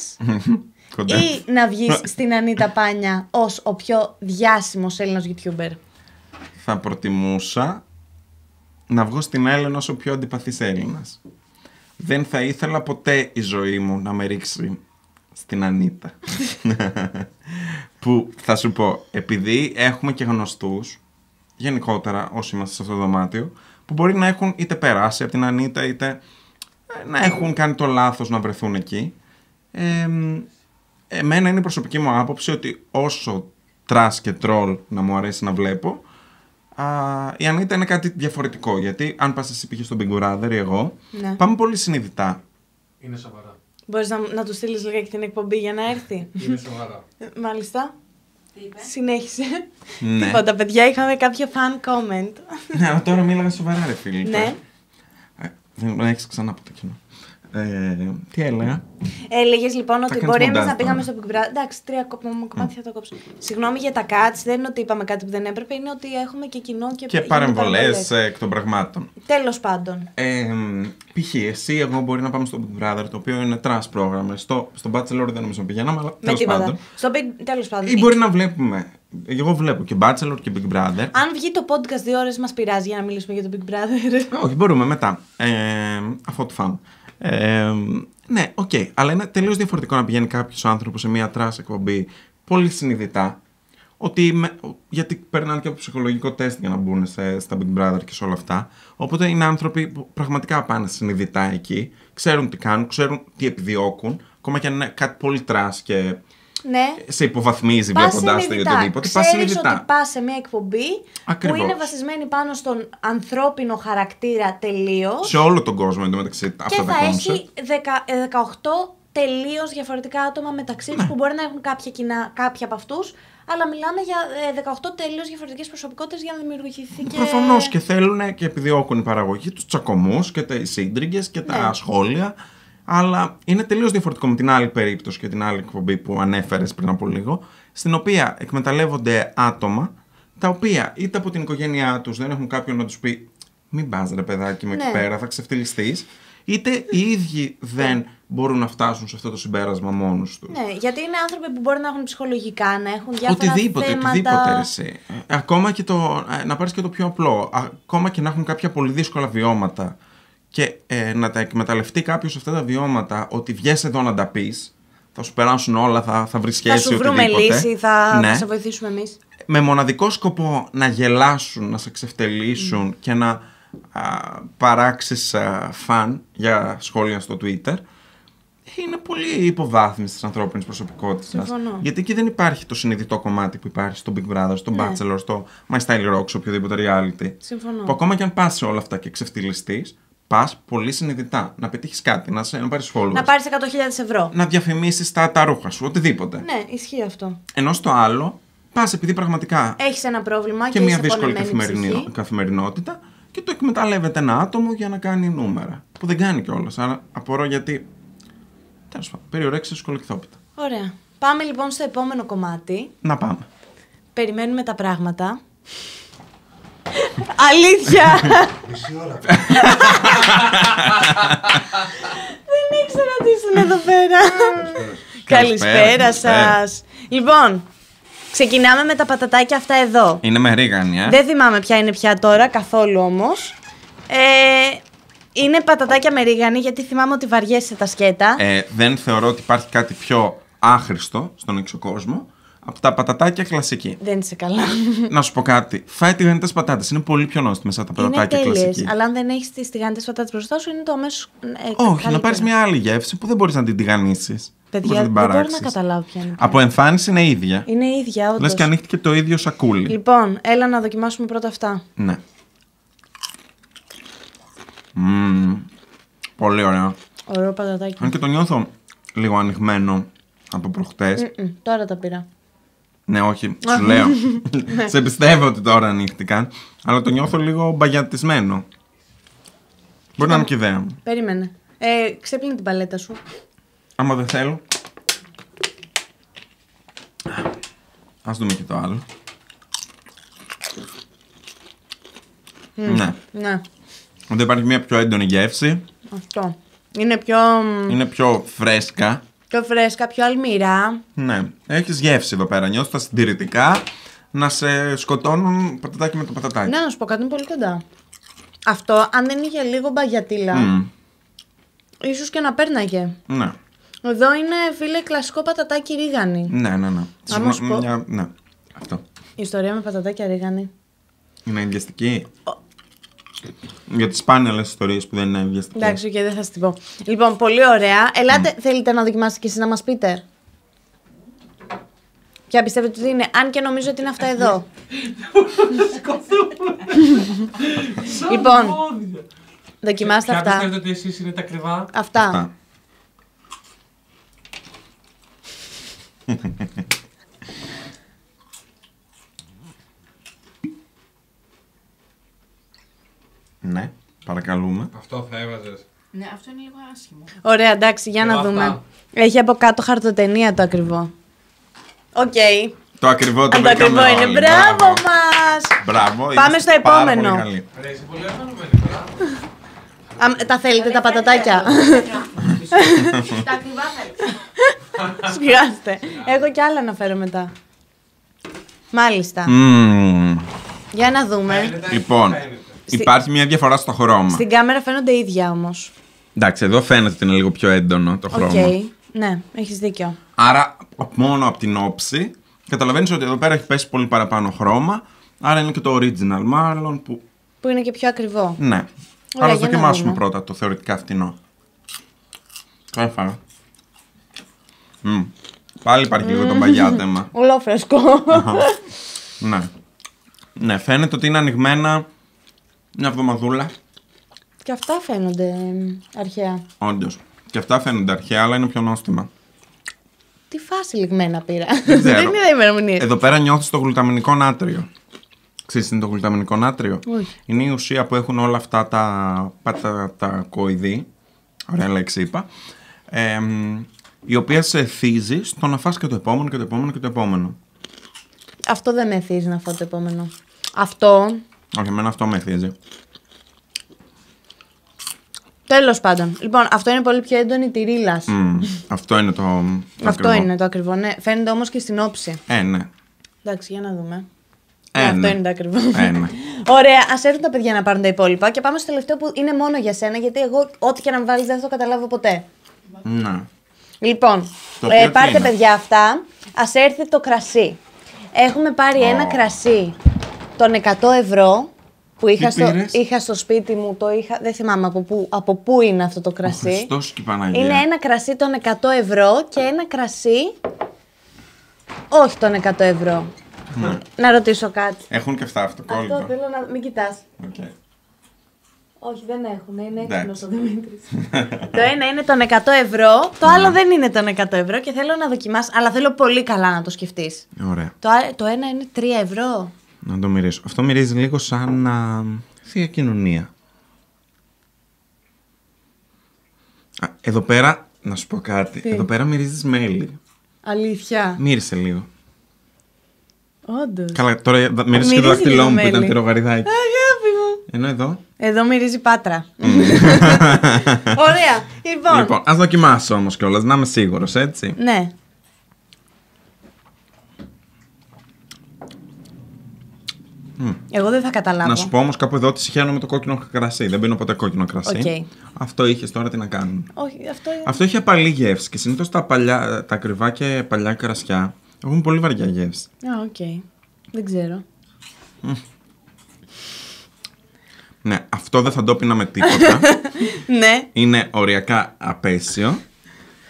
Κοντά.
ή να βγεις στην Ανίτα Πάνια ως ο πιο διάσημος Έλληνας YouTuber.
Θα προτιμούσα να βγω στην Έλληνα όσο πιο αντιπαθής Έλληνας. Δεν θα ήθελα ποτέ η ζωή μου να με ρίξει στην Ανίτα. που θα σου πω, επειδή έχουμε και γνωστούς, γενικότερα όσοι είμαστε σε αυτό το δωμάτιο, που μπορεί να έχουν είτε περάσει από την Ανίτα, είτε ε, να έχουν κάνει το λάθος να βρεθούν εκεί. Ε, εμένα είναι η προσωπική μου άποψη ότι όσο τρας και τρόλ να μου αρέσει να βλέπω, α, η Ανίτα είναι κάτι διαφορετικό. Γιατί αν πας εσύ πήγε στον Big Brother ή εγώ,
Ναι.
πάμε πολύ συνειδητά.
Είναι σοβαρά.
Μπορείς να, να του στείλεις λίγα και την εκπομπή για να έρθει.
Είναι
<laughs>
σοβαρά.
Ε, Μάλιστα.
Τι είπε.
Συνέχισε.
Ναι.
Τίποτα, παιδιά, είχαμε κάποιο fan comment.
ναι, αλλά τώρα μίλαγα σοβαρά, ρε φίλε.
ναι.
Ε, Δεν έχεις ξανά από το κοινό. Ε, τι έλεγα.
Έλεγες λοιπόν ότι
κάνεις
μπορεί εμεί
μοντάζ
να πήγαμε στο
τώρα.
Big Brother. Εντάξει, τρία κο- μου- κομμάτια θα το κόψω. Συγγνώμη για τα cuts, δεν είναι ότι είπαμε κάτι που δεν έπρεπε, είναι ότι έχουμε και κοινό και,
Και παρεμβολέ εκ των πραγμάτων.
Τέλος πάντων.
Ε, π.χ. εσύ, εγώ μπορεί να πάμε στο Big Brother, το οποίο είναι τρανς πρόγραμμα. Στο, στο Bachelor δεν νομίζω να πηγαίναμε, αλλά
Με
τέλος
τίποτα.
πάντων.
Στο Big τέλος πάντων.
Ή μπορεί να βλέπουμε. Εγώ βλέπω και Bachelor και Big Brother.
Αν βγει το podcast δύο ώρες, μας πειράζει για να μιλήσουμε για το Big Brother.
<laughs> Όχι, μπορούμε μετά. Ε, αφού το φάμε. Ε, ναι, οκ. Αλλά είναι τελείως διαφορετικό να πηγαίνει κάποιος άνθρωπος σε μια τρας εκπομπή πολύ συνειδητά. Ότι με- γιατί περνάνε και από ψυχολογικό τεστ για να μπουν σε, στα Big Brother και σε όλα αυτά. Οπότε είναι άνθρωποι που πραγματικά πάνε συνειδητά εκεί, ξέρουν τι κάνουν, ξέρουν τι επιδιώκουν. Ακόμα και αν είναι κάτι πολύ τρας και
ναι.
σε υποβαθμίζει
Πας
βλέποντά το ή
συνειδητά.
οτιδήποτε. πας
Ξέρεις
συνειδητά.
ότι πας σε μια εκπομπή
Ακριβώς.
που είναι βασισμένη πάνω στον ανθρώπινο χαρακτήρα τελείως.
Σε όλο τον κόσμο εντωμεταξύ αυτά
Και
τα
θα
κόμψε.
έχει δεκα- ε, 18 τελείως διαφορετικά άτομα μεταξύ
Ναι.
τους που μπορεί να έχουν κάποια κοινά, κάποια από αυτούς. Αλλά μιλάμε για ε, 18 τελείως διαφορετικές προσωπικότητες για να δημιουργηθεί και.
Προφανώς και θέλουν και επιδιώκουν η παραγωγή τους τσακωμούς και τα σύντριγγε και τα
Ναι.
σχόλια. Αλλά είναι τελείως διαφορετικό με την άλλη περίπτωση και την άλλη εκπομπή που ανέφερες πριν από λίγο, στην οποία εκμεταλλεύονται άτομα τα οποία είτε από την οικογένειά τους δεν έχουν κάποιον να τους πει Μην πας ρε παιδάκι μου
Ναι.
εκεί πέρα, θα ξεφτυλιστείς, είτε οι ίδιοι δεν μπορούν να φτάσουν σε αυτό το συμπέρασμα μόνους τους.
Ναι, γιατί είναι άνθρωποι που μπορεί να έχουν ψυχολογικά, να έχουν διάφορα
Οτιδήποτε,
θέματα.
οτιδήποτε εσύ. Ακόμα και το, ε, να πάρεις και το πιο απλό, ακόμα και να έχουν κάποια πολύ δύσκολα βιώματα και ε, να τα εκμεταλλευτεί κάποιος αυτά τα βιώματα, ότι βγες εδώ να τα πεις, θα σου περάσουν όλα, θα, θα βρεις
Θα
σχέση,
σου βρούμε
οτιδήποτε.
λύση, θα,
Ναι.
θα σε βοηθήσουμε εμείς.
Με μοναδικό σκοπό να γελάσουν, να σε ξεφτελίσουν και να α, παράξεις α, φαν για σχόλια στο Twitter, είναι πολύ υποβάθμιση της ανθρώπινης προσωπικότητας.
Συμφωνώ.
Γιατί εκεί δεν υπάρχει το συνειδητό κομμάτι που υπάρχει στο Big Brother, στο
Ναι.
Bachelor, στο My Style Rock, σε οποιοδήποτε reality.
Συμφωνώ.
Που ακόμα και αν πας σε όλα αυτά και ξεφτυλιστείς, πας πολύ συνειδητά. Να πετύχεις κάτι, να, σε- να πάρεις followers,
Να πάρεις 100.000 ευρώ.
να διαφημίσεις τα, τα ρούχα σου, οτιδήποτε.
Ναι, ισχύει αυτό.
Ενώ στο άλλο, πας επειδή πραγματικά
Έχεις ένα πρόβλημα και,
και μια
είσαι
δύσκολη
πονεμένη
καθημερινή-
ψυχή.
καθημερινότητα και το εκμεταλλεύεται ένα άτομο για να κάνει νούμερα. Που δεν κάνει κιόλας. Άρα απορώ γιατί. Τέλος πάντων, περιορέξεις σκολοκτόπιτα.
Ωραία. Πάμε λοιπόν στο επόμενο κομμάτι.
Να πάμε.
Περιμένουμε τα
<laughs>
πράγματα. Αλήθεια!
Μισή ώρα.
Δεν ήξερα ότι ήσουν εδώ πέρα.
Καλησπέρα,
Καλησπέρα σα.
καλησπέρα.
Λοιπόν, ξεκινάμε με τα πατατάκια αυτά εδώ.
Είναι με ρίγανη, ε.
Δεν θυμάμαι ποια είναι πια τώρα, καθόλου όμως. Ε, είναι πατατάκια με ρίγανη, γιατί θυμάμαι ότι βαριέσαι τα σκέτα.
Ε, δεν θεωρώ ότι υπάρχει κάτι πιο άχρηστο στον έξω κόσμο από τα πατατάκια κλασική.
Δεν είσαι
<laughs>
καλά.
να σου πω κάτι. Φάει τηγανιτέ πατάτες. Είναι πολύ πιο νόστιμες από τα
είναι
πατατάκια κλασική.
αλλά αν δεν έχεις τις τηγανιτέ πατάτες μπροστά σου, είναι το ε, αμέσω.
Όχι, να πάρεις μια άλλη γεύση που δεν μπορείς να την τηγανίσει. Πώς
Παιδιά, δεν
θα την
μπορώ να
παράξεις.
καταλάβω ποια είναι.
Από εμφάνιση είναι ίδια.
Είναι η ίδια, όντως.
Λες και ανοίχτηκε το ίδιο σακούλι.
Λοιπόν, έλα να δοκιμάσουμε πρώτα αυτά.
Ναι. Μμμ. πολύ ωραίο.
Ωραίο πατατάκι.
Αν και το νιώθω λίγο ανοιχμένο από προχτές.
Μμμ, τώρα τα πήρα.
Ναι, όχι, σου λέω. Σε πιστεύω ότι τώρα ανοίχτηκαν. Αλλά το νιώθω λίγο μπαγιατισμένο. Μπορεί να είναι και ιδέα μου.
Περίμενε. Ε, ξέπλυνε την παλέτα σου.
Άμα δεν θέλω. Ας δούμε και το άλλο. Ναι.
Ναι,
Δεν υπάρχει μια πιο έντονη γεύση.
αυτό. Είναι πιο, μ,
Είναι πιο φρέσκα.
πιο φρέσκα, πιο αλμυρά.
Ναι. Έχεις γεύση εδώ πέρα. Νιώθω τα συντηρητικά να σε σκοτώνουν πατατάκι με το πατατάκι.
Ναι, να σου πω κάτι είναι πολύ κοντά. Αυτό, αν δεν είχε λίγο μπαγιατήλα,
Μμμ.
ίσως και να πέρναγε.
Ναι.
Εδώ είναι, φίλε, κλασικό πατατάκι ρίγανη.
Ναι, ναι, ναι. Συγγνώ-
σου πω-
μια- Ναι. Αυτό.
Ιστορία με πατατάκια ρίγανη.
Είναι εγγιαστική. Για τις σπάνια λες ιστορίες που δεν είναι εγγιαστικές.
Εντάξει, και δεν θα σας την πω. Λοιπόν, πολύ ωραία.
Ναι.
Ελάτε, θέλετε να δοκιμάσετε κι εσείς να μας πείτε. Ποια πιστεύετε ότι είναι, αν και νομίζω ότι είναι
Ε,
αυτά εδώ.
ναι.
Λοιπόν, Δοκιμάστε
Ποια
αυτά.
πιστεύετε ότι εσείς είναι τα κρυβά.
Αυτά.
Αυτά. <laughs> ναι, παρακαλούμε.
Αυτό θα έβαζες.
Ναι, αυτό είναι λίγο άσχημο.
Ωραία, εντάξει, για
Εγώ
να
αυτά.
δούμε. Έχει από κάτω χαρτοτενία το ακριβό. Οκ.
Το ακριβό το
Αν το
βρήκαμε
ακριβό είναι.
όλοι.
Μπράβο μας!
Μπράβο,
Πάμε
είμαστε
στο
πάρα
επόμενο.
πολύ καλοί.
Ρε, είσαι πολύ οργανωμένη, μπράβο.
Τα θέλετε τα
<laughs>
πατατάκια.
Τα ακριβά θα είναι.
Συγχάστε. Έχω κι άλλα να φέρω μετά. Μάλιστα.
Μμμ.
Για να δούμε.
Φαίνεται,
Λοιπόν,
φαίνεται.
υπάρχει μια διαφορά στο χρώμα.
Στην κάμερα φαίνονται ίδια όμως.
Εντάξει, εδώ φαίνεται ότι είναι λίγο πιο έντονο το
Οκ.
χρώμα.
Ναι, έχεις δίκιο.
Άρα, μόνο από την όψη, καταλαβαίνεις ότι εδώ πέρα έχει πέσει πολύ παραπάνω χρώμα. Άρα είναι και το original, μάλλον που.
Που είναι και πιο ακριβό.
Ναι.
Ωραία,
Άρα
για να
δοκιμάσουμε
δούμε.
πρώτα το θεωρητικά φτηνό. Το έφαγα. Μμμ. Πάλι υπάρχει λίγο το παγιάτεμα.
Όλο φρεσκό.
<laughs> ναι. Ναι, φαίνεται ότι είναι ανοιγμένα μια εβδομαδούλα.
και αυτά φαίνονται εμ, αρχαία.
Όντως. Και αυτά φαίνονται αρχαία, αλλά είναι πιο νόστιμα.
Τι φάση λιγμένα πήρα.
ξέρω.
<laughs> Δεν
Ε,
είδα ημερομηνίες.
Εδώ πέρα νιώθεις το γλουταμινικό νάτριο. Ξέρεις τι είναι το γλουταμινικό νάτριο.
Όχι.
Είναι η ουσία που έχουν όλα αυτά τα πατατακοειδή. Ωραία λέξη είπα. εμ, η οποία σε θύζει στο να φας και το επόμενο και το επόμενο και το επόμενο.
Αυτό δεν με εθίζει να φάω το επόμενο. Αυτό.
Όχι, εμένα αυτό με θύζει.
Τέλος πάντων. Λοιπόν, αυτό είναι πολύ πιο έντονη τη ρίλας.
Μμμ, αυτό είναι το. το
Αυτό
ακριβό.
είναι το ακριβό. Ναι. Φαίνεται όμως και στην όψη.
Ε, ναι.
Εντάξει, για να δούμε.
Ε,
Ναι, αυτό
ναι.
είναι το ακριβό.
Ε, ναι.
<laughs> Ωραία, ας έρθουν τα παιδιά να πάρουν τα υπόλοιπα και πάμε στο τελευταίο που είναι μόνο για σένα, γιατί εγώ ό,τι και να μου βάλεις δεν θα το καταλάβω ποτέ.
Ναι.
Λοιπόν, ε,
Το οποίο τι
πάρτε
είναι?
παιδιά αυτά. Ας έρθει το κρασί. Έχουμε πάρει ένα κρασί των 100 ευρώ που είχα στο,
πήρες?
είχα στο σπίτι μου. Το είχα, δεν θυμάμαι από πού, από πού είναι αυτό το κρασί.
Χριστός και η Παναγία.
Είναι ένα κρασί των 100 ευρώ και ένα κρασί. Όχι των 100 ευρώ.
Ναι.
Να ρωτήσω κάτι.
Έχουν και αυτά
Αυτό
αυτοκόλλητα.
θέλω να. Μην κοιτάς.
Οκ.
Όχι, δεν έχουν. Είναι
Εντάξει.
έξυπνος ο Δημήτρης. το ένα είναι των 100 ευρώ, το άλλο δεν είναι των 100 ευρώ και θέλω να δοκιμάσει. Αλλά θέλω πολύ καλά να το σκεφτείς.
<laughs> Ωραία.
Το, α- το ένα είναι 3 ευρώ.
Να το μυρίσω. Αυτό μυρίζει λίγο σαν α, θεία κοινωνία. Α, εδώ πέρα, να σου πω κάτι. Εδώ πέρα μυρίζεις μέλι.
Αλήθεια.
Μύρισε λίγο.
Όντως.
Καλά, τώρα δα- μύρισε και το
Μυρίζει
δαχτυλό
λίγο
μου που ήταν
μέλι.
τυρογαριδάκι.
Αγάπη μου.
Ενώ εδώ.
Εδώ μυρίζει πάτρα.
<laughs>
Ωραία. Λοιπόν.
Λοιπόν, ας δοκιμάσω όμως κιόλας, να είμαι σίγουρος, έτσι.
Ναι. Εγώ δεν θα καταλάβω.
Να σου πω όμως κάπου εδώ ότι συχαίνω με το κόκκινο κρασί. Δεν πίνω ποτέ κόκκινο κρασί.
Οκ.
Αυτό είχες τώρα τι να κάνουμε.
Όχι, αυτό είναι.
Αυτό έχει απαλή γεύση και συνήθως τα, παλιά- τα ακριβά και παλιά κρασιά έχουν πολύ βαριά γεύση.
Α, οκ. Δεν ξέρω.
Ναι,
<laughs>
αυτό δεν θα το πίνα με τίποτα.
ναι.
Είναι οριακά απέσιο.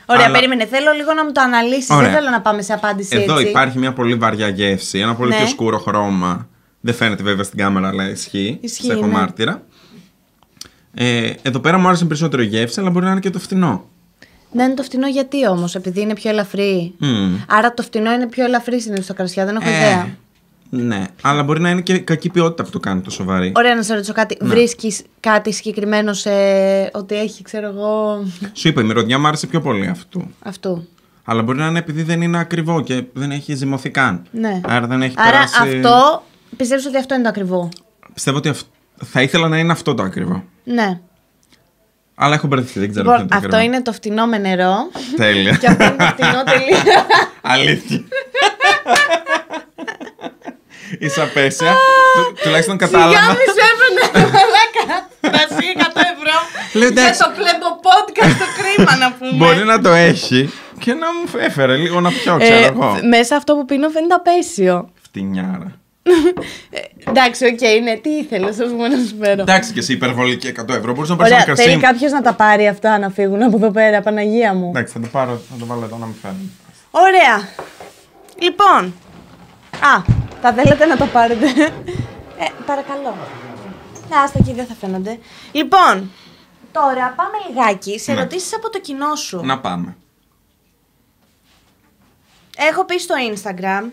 Ωραία,
Αλλά
περίμενε. Θέλω λίγο να μου το αναλύσεις.
Ωραία.
Δεν θέλω να πάμε σε απάντηση
Εδώ
έτσι.
υπάρχει μια πολύ βαριά γεύση, ένα πολύ
Ναι.
πιο σκούρο χρώμα. Δεν φαίνεται βέβαια στην κάμερα, αλλά ισχύει.
Ισχύει,
σε έχω
ναι.
μάρτυρα. Ε, εδώ πέρα μου άρεσε περισσότερο η γεύση, αλλά μπορεί να είναι και το φθηνό.
Ναι, είναι το φτηνό γιατί όμως, επειδή είναι πιο ελαφρύ.
Μμμ.
Άρα το φτηνό είναι πιο ελαφρύ συνήθως στα κρασιά, δεν έχω
Ε.
ιδέα.
ναι, αλλά μπορεί να είναι και κακή ποιότητα που το κάνει το σοβαρή.
Ωραία, να σε ρωτήσω κάτι. Βρίσκεις κάτι συγκεκριμένο σε ότι έχει, ξέρω εγώ,
Σου είπα, η μυρωδιά μου άρεσε πιο πολύ αυτού.
αυτού.
Αλλά μπορεί να είναι επειδή δεν είναι ακριβό και δεν έχει ζυμωθεί καν.
Ναι.
Άρα δεν έχει
Άρα
περάσει...
αυτό, πιστεύεις ότι αυτό είναι το ακριβό.
Πιστεύω ότι αυ- θα ήθελα να είναι αυτό το ακριβό.
Ναι.
Αλλά έχω μπερδευτεί, δεν ξέρω
Λοιπόν,
ποιο είναι
αυτό
το ακριβό.
είναι το φτηνό με νερό.
<laughs> Τέλεια.
και αυτό είναι το φτηνό τελείως.
<laughs> Αλήθεια. <laughs> Είσαι απέσια. Του- Τουλάχιστον κατάλαβα.
Σιγά μη σου έπαιρνε μαλάκα. Κρασί 100 ευρώ.
<laughs> Λέω,
Για
εντάξει.
το κλέμπο podcast το κρίμα να πούμε.
Μπορεί να το έχει και να μου έφερε λίγο να πιω, ξέρω εγώ.
Ε, μέσα αυτό που πίνω φαίνεται απέσιο.
Φτηνιάρα.
Ε, Εντάξει, οκ, είναι. Τι ήθελες, ας πούμε, να σου φέρω.
Εντάξει και εσύ υπερβολική 100 ευρώ. Μπορείς να πάρεις ένα
Ωραία, θέλει
κρασί.
κάποιος να τα πάρει αυτά να φύγουν από εδώ πέρα, Παναγία μου.
Εντάξει, θα το πάρω, θα το βάλω εδώ να μην φέρνει.
Ωραία. Λοιπόν. Α, τα θέλετε να τα πάρετε. Ε, παρακαλώ. Να, άστα εκεί δεν θα φαίνονται. Λοιπόν, τώρα πάμε λιγάκι σε
Ναι.
ερωτήσεις από το κοινό σου.
Να πάμε.
Έχω πει στο Instagram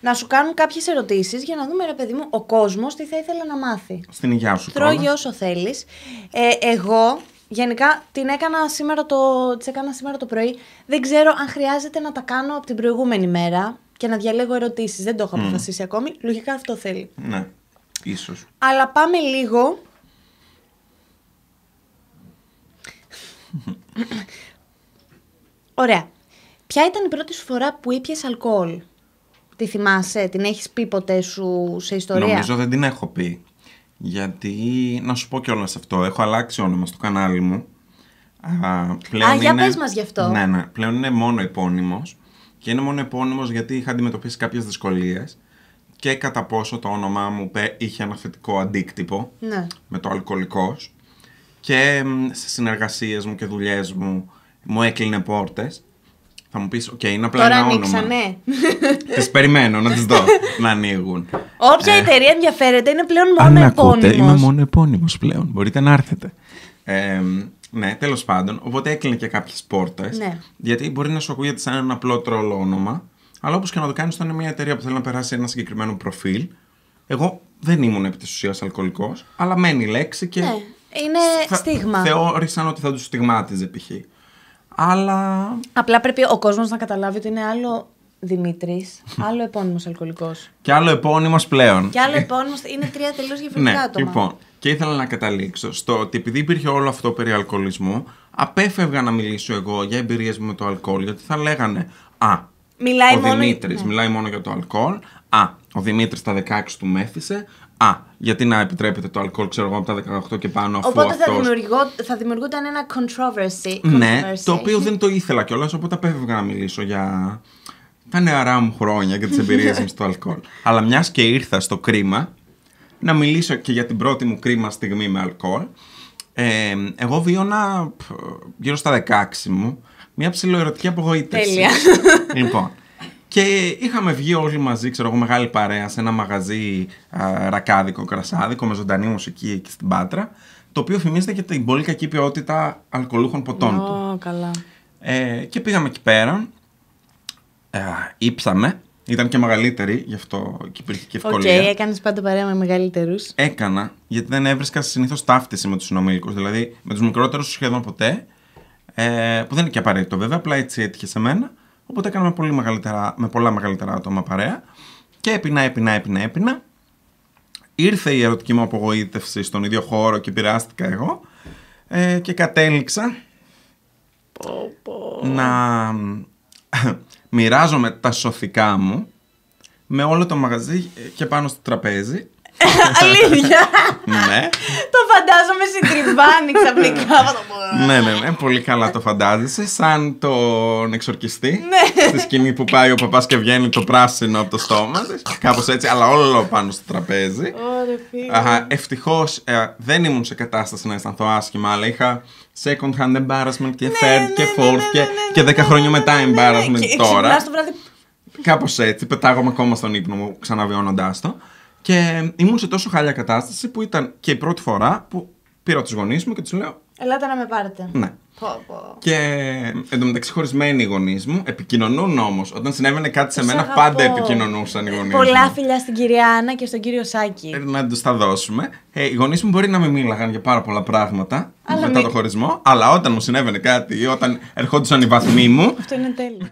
να σου κάνουν κάποιες ερωτήσεις για να δούμε, ρε παιδί μου, ο κόσμος τι θα ήθελε να μάθει.
Στην υγειά σου.
Τρώγει
κιόλας.
όσο θέλεις. Ε, εγώ, γενικά, την έκανα σήμερα το, τις έκανα σήμερα το πρωί. Δεν ξέρω αν χρειάζεται να τα κάνω από την προηγούμενη μέρα και να διαλέγω ερωτήσεις. Δεν το έχω αποφασίσει ακόμη. Λογικά αυτό θέλει.
Ναι, ίσως.
Αλλά πάμε λίγο... Ωραία. Ποια ήταν η πρώτη σου φορά που ήπιες αλκοόλ? Τη θυμάσαι, την έχεις πει ποτέ σου σε ιστορία?
Νομίζω δεν την έχω πει. Γιατί, να σου πω κιόλας αυτό, έχω αλλάξει όνομα στο κανάλι μου. Α, πλέον
Α, για πες μας γι' αυτό.
Ναι, ναι. Πλέον είναι μόνο επώνυμος. Και είναι μόνο επώνυμος γιατί είχα αντιμετωπίσει κάποιες δυσκολίες και κατά πόσο το όνομά μου πε- είχε ένα θετικό αντίκτυπο
Ναι.
με το αλκοολικός και μ, σε συνεργασίες μου και δουλειές μου μου έκλεινε πόρτες. Θα μου πεις, οκ, είναι απλά
Τώρα
ένα όνομα.
ανοίξανε.
Τις περιμένω να τις
<laughs>
δω να ανοίγουν.
Όποια
Ε,
εταιρεία ενδιαφέρεται είναι πλέον Ναι, μόνο
αν με ακούτε,
επώνυμος.
είμαι μόνο επώνυμος πλέον. Μπορείτε να έρθετε. Ε, ναι, τέλος πάντων. Οπότε έκλεινε και κάποιες πόρτες.
Ναι.
Γιατί μπορεί να σου ακούγεται σαν ένα απλό τρόλο όνομα. Αλλά όπως και να το κάνεις, όταν είναι μια εταιρεία που θέλει να περάσει ένα συγκεκριμένο προφίλ. Εγώ δεν ήμουν επί της ουσίας αλκοολικός, αλλά μένει η λέξη και...
Ναι, είναι
θα-
στίγμα.
Θεώρησαν ότι θα τους στιγμάτιζε π.χ. Αλλά
Απλά πρέπει ο κόσμος να καταλάβει ότι είναι άλλο Δημήτρης,
Hm.
άλλο επώνυμος αλκοολικός.
και άλλο επώνυμος πλέον.
Και άλλο επώνυμος είναι τρία τελείως διαφορετικά
Ε. Ναι,
άτομα.
λοιπόν. Και ήθελα να καταλήξω στο ότι επειδή υπήρχε όλο αυτό περί αλκοολισμού, απέφευγα να μιλήσω εγώ για εμπειρίες μου με το αλκοόλ, γιατί θα λέγανε Α,
Μιλάει
ο
μόνο-
Δημήτρης
ναι.
μιλάει μόνο για το αλκοόλ. Α, ο Δημήτρης τα 16 του μέθησε. Α, γιατί να επιτρέπεται το αλκοόλ, ξέρω εγώ, από τα 18 και πάνω, αφού
Οπότε θα,
αυτός-
δημιουργώ, θα δημιουργούταν ένα controversy.
ναι,
controversy.
το οποίο δεν το ήθελα κιόλας, οπότε απέφευγα να μιλήσω για τα νεαρά μου χρόνια και τις εμπειρίες μου στο αλκοόλ. Αλλά μιας και ήρθα στο κρίμα, να μιλήσω και για την πρώτη μου κρίμα στιγμή με αλκοόλ. Ε, εγώ βίωνα π, γύρω στα 16 μου μια ψηλοερωτική απογοήτευση.
Τέλεια.
<laughs> λοιπόν. Και είχαμε βγει όλοι μαζί, ξέρω εγώ, μεγάλη παρέα σε ένα μαγαζί α, ρακάδικο, κρασάδικο, με ζωντανή μουσική εκεί στην Πάτρα, το οποίο θυμίζεται και την πολύ κακή ποιότητα αλκοολούχων ποτών του.
Ω, καλά.
Ε, και πήγαμε εκεί πέρα. Ε, ήψαμε. Ήταν και μεγαλύτερη, γι' αυτό και υπήρχε και
Οκ,
ευκολία.
έκανες πάντα παρέα με
<laughs>
μεγαλύτερους.
Έκανα, γιατί δεν έβρισκα συνήθως ταύτιση με τους συνομήλικους. Δηλαδή με τους μικρότερους σχεδόν ποτέ. Ε, που δεν είναι και απαραίτητο βέβαια, απλά έτσι έτυχε σε μένα. Οπότε έκανα με, πολύ μεγαλύτερα, με πολλά μεγαλύτερα άτομα παρέα. Και έπεινα, έπεινα, έπεινα, έπεινα. Ήρθε η ερωτική μου απογοήτευση στον ίδιο χώρο και επηρεάστηκα εγώ. Ε, και κατέληξα να μοιράζομαι τα σωθικά μου με όλο το μαγαζί και πάνω στο τραπέζι.
Αλήθεια.
ναι.
το φαντάζομαι συντριβάνει ξαφνικά.
ναι, ναι, ναι. Πολύ καλά το φαντάζεσαι. Σαν τον εξορκιστή. στη σκηνή που πάει ο παπάς και βγαίνει το πράσινο από το στόμα της. Κάπως έτσι, αλλά όλο πάνω στο τραπέζι.
Ωραία, φίλε.
Ευτυχώ δεν ήμουν σε κατάσταση να αισθανθώ άσχημα, αλλά είχα second hand embarrassment και
Ναι,
third και fourth και- και 10 χρόνια μετά embarrassment τώρα.
Ξυπνάς το βράδυ.
Κάπως έτσι, πετάγομαι ακόμα στον ύπνο μου, ξαναβιώνοντάς το. Και ήμουν σε τόσο χάλια κατάσταση που ήταν και η πρώτη φορά που πήρα τους γονείς μου και τους λέω
Ελάτε να με πάρετε.
Ναι.
Πω, πω.
Και εν τω μεταξύ, χωρισμένοι οι γονείς μου επικοινωνούν όμως. Όταν συνέβαινε κάτι σε
Τους
μένα,
αγαπώ.
πάντα επικοινωνούσαν οι γονείς μου.
Πολλά φιλιά στην κυρία Άννα και στον κύριο
Ναι, Ε,
Σάκη.
να τους τα δώσουμε. Ε, οι γονείς μου μπορεί να μην μίλαγαν για πάρα πολλά πράγματα
Αλλά
μετά
μη-
το χωρισμό, αλλά όταν μου συνέβαινε κάτι ή όταν ερχόντουσαν οι βαθμοί μου.
Αυτό είναι τέλειο.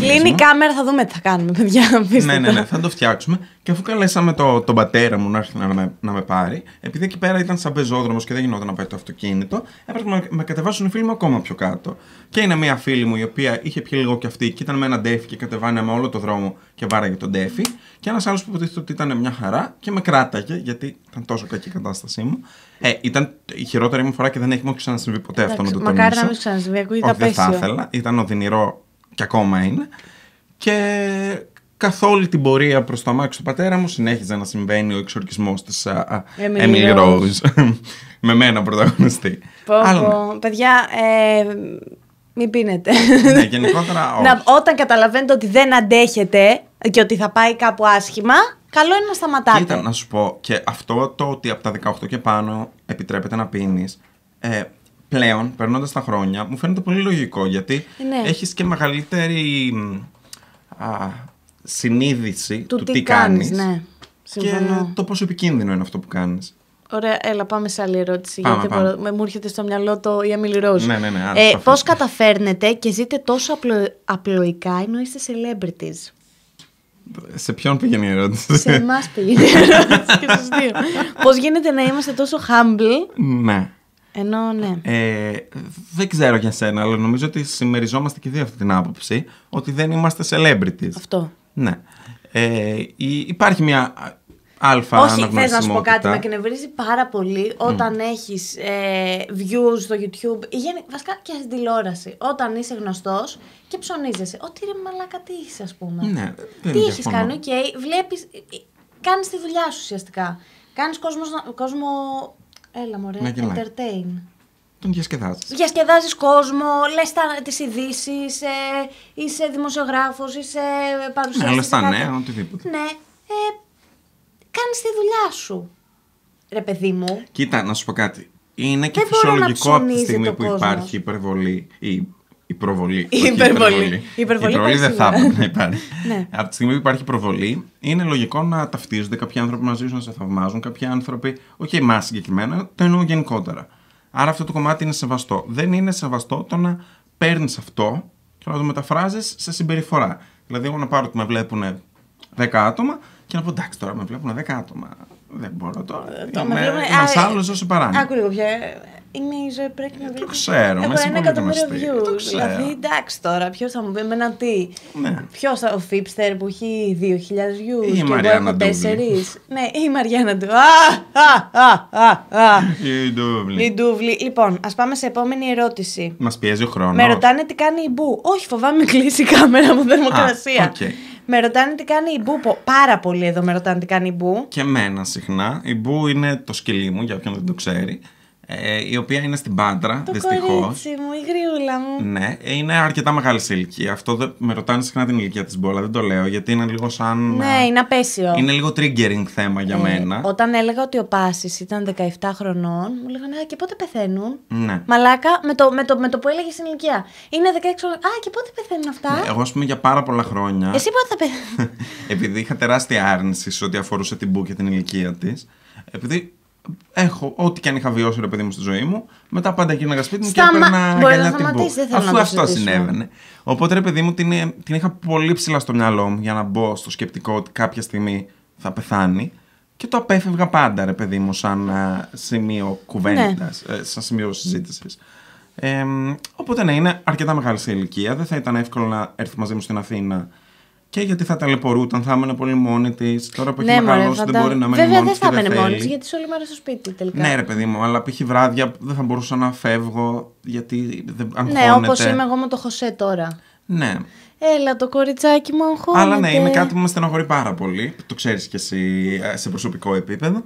Κλείνει η κάμερα, θα δούμε τι θα κάνουμε, παιδιά. <laughs> αφήστε
ε, ναι, ναι,
το.
ναι, θα το φτιάξουμε. Και αφού καλέσαμε το, τον πατέρα μου να έρθει να με, να με πάρει, επειδή εκεί πέρα ήταν σαν πεζόδρομος και δεν γινόταν να πάει το αυτοκίνητο, έπρεπε να με κατεβάσουν οι φίλοι μου ακόμα πιο κάτω. Και είναι μία φίλη μου η οποία είχε πιει λίγο κι αυτή και ήταν με ένα ντέφι και κατεβάναμε όλο το δρόμο και βάραγε τον ντέφι. Και ένας άλλος που υποτίθεται ότι ήταν μια χαρά και με κράταγε γιατί ήταν τόσο κακή η κατάστασή μου. Ε, ήταν η χειρότερη μου φορά και δεν έχει μου ξανασυμβεί ποτέ αυτό να
Εντάξει,
το τονίσω.
μακάρι να μην ξανασυμβεί, ακούγεται
Όχι, δεν θα
απέσιο.
ήθελα. Ήταν οδυνηρό και ακόμα είναι. Και καθ' όλη την πορεία προς το αμάξι του πατέρα μου συνέχιζε να συμβαίνει ο εξορκισμός της α, α,
Emily
Emily
Rose.
Rose. <laughs> Με μένα πρωταγωνιστή.
Πω,
Αλλά ναι.
πω. Παιδιά, ε, μην πίνετε.
Ναι,
<laughs>
γενικότερα
Να-
όχι.
όταν καταλαβαίνετε ότι δεν αντέχετε και ότι θα πάει κάπου άσχημα, καλό είναι να σταματάτε.
Κοίτα, να σου πω, και αυτό το ότι από τα 18 και πάνω επιτρέπεται να πίνεις, ε, πλέον, περνώντας τα χρόνια, μου φαίνεται πολύ λογικό, γιατί
Ναι.
έχεις και μεγαλύτερη μ, α, συνείδηση του,
Του τι κάνεις, ναι.
και
Συμφωνώ.
το πόσο επικίνδυνο είναι αυτό που κάνεις.
Ωραία, έλα, πάμε σε άλλη ερώτηση.
Πάμε,
γιατί
πάμε.
μπορώ- με- μου έρχεται στο μυαλό το η Emily Rose.
Ναι, ναι, ναι, άρα
Ε,
θα
Πώ
φύγουμε.
καταφέρνετε και ζείτε τόσο απλο... απλοϊκά ενώ είστε celebrities.
Σε ποιον πήγαινε η ερώτηση.
σε εμάς πήγαινε η ερώτηση και στους δύο. Πώς γίνεται να είμαστε τόσο humble,
<laughs> ναι.
ενώ ναι.
Ε, δεν ξέρω για σένα, αλλά νομίζω ότι συμμεριζόμαστε και δύο αυτή την άποψη ότι δεν είμαστε celebrities.
Αυτό.
Ναι. Ε, υ- υπάρχει μια α- αλφα
Όχι, θες να σου πω κάτι.
αναγνωρισιμότητα.
Με εκνευρίζει πάρα πολύ όταν έχεις ε, views στο YouTube ή γενι- βασικά και στην τηλεόραση. Όταν είσαι γνωστός και ψωνίζεσαι. Ότι ρε μαλάκα τι είσαι, ας πούμε.
Ναι, δεν
τι έχεις
διαφωνώ.
κάνει, οκ. Βλέπεις. Κάνεις τη δουλειά σου ουσιαστικά. Κάνεις κόσμος. κόσμο... Έλα, μωρέ,
Να γελάει.
entertain.
Τον διασκεδάζεις.
Διασκεδάζεις κόσμο, λες τις ειδήσεις, ε, είσαι δημοσιογράφος, είσαι παρουσιαστής.
Ναι, λες
σε
τα
κάτι.
νέα, οτιδήποτε.
Ναι. Ε, Κάνεις τη δουλειά σου. Ρε, παιδί μου.
Κοίτα, να σου πω κάτι. Είναι και
Δεν μπορώ να
φυσιολογικό από τη
ψωνίζει
στιγμή
το
που
κόσμο.
υπάρχει υπερβολή. Η υπερβολή.
Η
όχι
υπερβολή. Η υπερβολή
υπερβολή. δεν
υπάρχει
θα
σίγουρα.
έπρεπε <laughs> να υπάρχει.
Ναι.
Από τη στιγμή που υπάρχει προβολή, είναι λογικό να ταυτίζονται κάποιοι άνθρωποι μαζί σου, να σε θαυμάζουν. Κάποιοι άνθρωποι, όχι εμάς συγκεκριμένα, το εννοώ γενικότερα. Άρα αυτό το κομμάτι είναι σεβαστό. Δεν είναι σεβαστό το να παίρνεις αυτό και να το μεταφράζεις σε συμπεριφορά. Δηλαδή, εγώ να πάρω ότι με βλέπουν 10 άτομα και να πω εντάξει τώρα με βλέπουν 10 άτομα. Δεν μπορώ τώρα.
το Ε, με
Ε, Είμαι
βλέπουνε,
ένας
α,
άλλος όσο παράνοια.
Άκου λίγο πια. ε, Είναι η ζωή πρέπει να
το ξέρω,
Έχω
μέσα
ένα
πολύ
εκατομμύριο
γνωστή. Ε, Το
views.
ξέρω.
Δηλαδή, εντάξει τώρα, ποιος θα μου πει εμένα τι. <laughs>
Ναι.
Ποιος θα, ο Φίπστερ που έχει 2.000 views
Ή η
και εγώ
Μαριάννα
έχω
Ντούβλη.
4. Ναι, ή η Μαριάννα του. Α, α, α, α, α.
Η Ντούβλη.
Η Ντούβλη. Λοιπόν, ας πάμε σε επόμενη ερώτηση.
Μας πιέζει ο χρόνος.
Με ρωτάνε τι κάνει η Μπού. Όχι, φοβάμαι κλείσει η κάμερα από θερμοκρασία.
οκ.
Με ρωτάνε τι κάνει η Μπού. Πο- Πάρα πολύ εδώ με ρωτάνε τι κάνει η Μπού.
Και εμένα συχνά. Η Μπού είναι το σκυλί μου, για όποιον δεν το ξέρει. Ε, η οποία είναι στην Πάντρα,
Το
δυστυχώς.
κορίτσι μου, η γριούλα μου.
Ναι, ε, είναι αρκετά μεγάλη σε ηλικία. Αυτό δεν- με ρωτάνε συχνά την ηλικία της Μπόλα. Δεν το λέω γιατί είναι λίγο σαν.
Ναι, είναι απέσιο.
Είναι λίγο triggering θέμα για
Ε,
μένα.
Όταν έλεγα ότι ο Πάσης ήταν 17 χρονών, μου λέγανε Α, και πότε πεθαίνουν.
Ναι.
Μαλάκα, με το, με το, με το που έλεγε στην ηλικία. Είναι 16 χρονών. Α, και πότε πεθαίνουν αυτά.
Ναι, Εγώ, ας πούμε, για πάρα πολλά χρόνια.
Εσύ πότε θα
<laughs>
πεθαίνουν.
επειδή είχα τεράστια άρνηση σε ό,τι αφορούσε την Μπου και την ηλικία της. Επειδή έχω ό,τι και αν είχα βιώσει ρε παιδί μου στη ζωή μου, μετά πάντα γίναγα σπίτι μου
Σταμα-
και έπαιρνα
Μπορείς να
αγκαλιά την Μπου.
σταματήσεις, δεν θέλω να
Αφού
το
αυτό
συζητήσουμε.
συνέβαινε. Ναι. Οπότε ρε παιδί μου την, ε, την είχα πολύ ψηλά στο μυαλό μου για να μπω στο σκεπτικό ότι κάποια στιγμή θα πεθάνει. Και το απέφευγα πάντα, ρε παιδί μου, σαν α, σημείο κουβέντας,
Ναι.
σαν σημείο συζήτησης. Ε, οπότε ναι, είναι αρκετά μεγάλη σε ηλικία. Δεν θα ήταν εύκολο να έρθει μαζί μου στην Αθήνα Και γιατί θα ταλαιπωρούταν, θα έμενε πολύ μόνη της. Τώρα που έχει
Ναι, μωρέ,
μεγαλώσει, δεν
φαντα-
μπορεί να μένει
Βέβαια
μόνη
δεν
της
θα
και
έμενε μόνη
θέλει.
τη, γιατί είσαι όλη μέρα στο σπίτι τελικά.
Ναι, ρε παιδί μου, αλλά π.χ. βράδια που δεν θα μπορούσα να φεύγω γιατί δεν αγχώνεται.
ναι όπως είμαι εγώ με το Χωσέ τώρα.
Ναι.
Έλα το κοριτσάκι μου, αγχώνεται.
Αλλά ναι, είναι κάτι που με στεναχωρεί πάρα πολύ. Το ξέρεις κι εσύ ε, σε προσωπικό επίπεδο.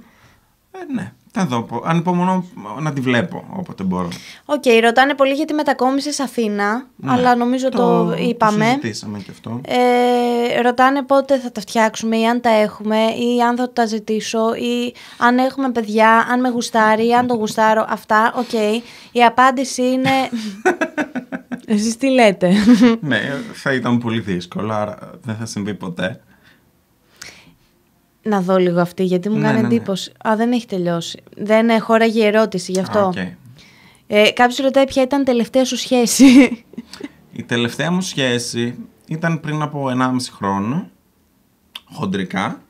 Ε, ναι, θα δω. πο- Ανυπομονώ να τη βλέπω όποτε μπορώ.
Οκ, ρωτάνε πολύ γιατί μετακόμισες Αθήνα,
Ναι.
αλλά νομίζω το, είπαμε.
Το συζητήσαμε κι αυτό.
Ε, ρωτάνε πότε θα τα φτιάξουμε ή αν τα έχουμε ή αν θα τα ζητήσω ή αν έχουμε παιδιά, αν με γουστάρει ή αν το γουστάρω. Αυτά, οκ. Η απάντηση είναι... Εσείς τι λέτε.
ναι, θα ήταν πολύ δύσκολο, άρα δεν θα συμβεί ποτέ.
Να δω λίγο αυτή γιατί μου
Ναι,
κάνει
ναι, ναι.
εντύπωση. Α, δεν έχει τελειώσει. Δεν ε, χώραγε η ερώτηση γι' αυτό.
Α, οκ.
Ε, κάποιος ρωτάει ποια ήταν η τελευταία σου σχέση. <laughs>
Η τελευταία μου σχέση ήταν πριν από 1,5 χρόνο. Χοντρικά.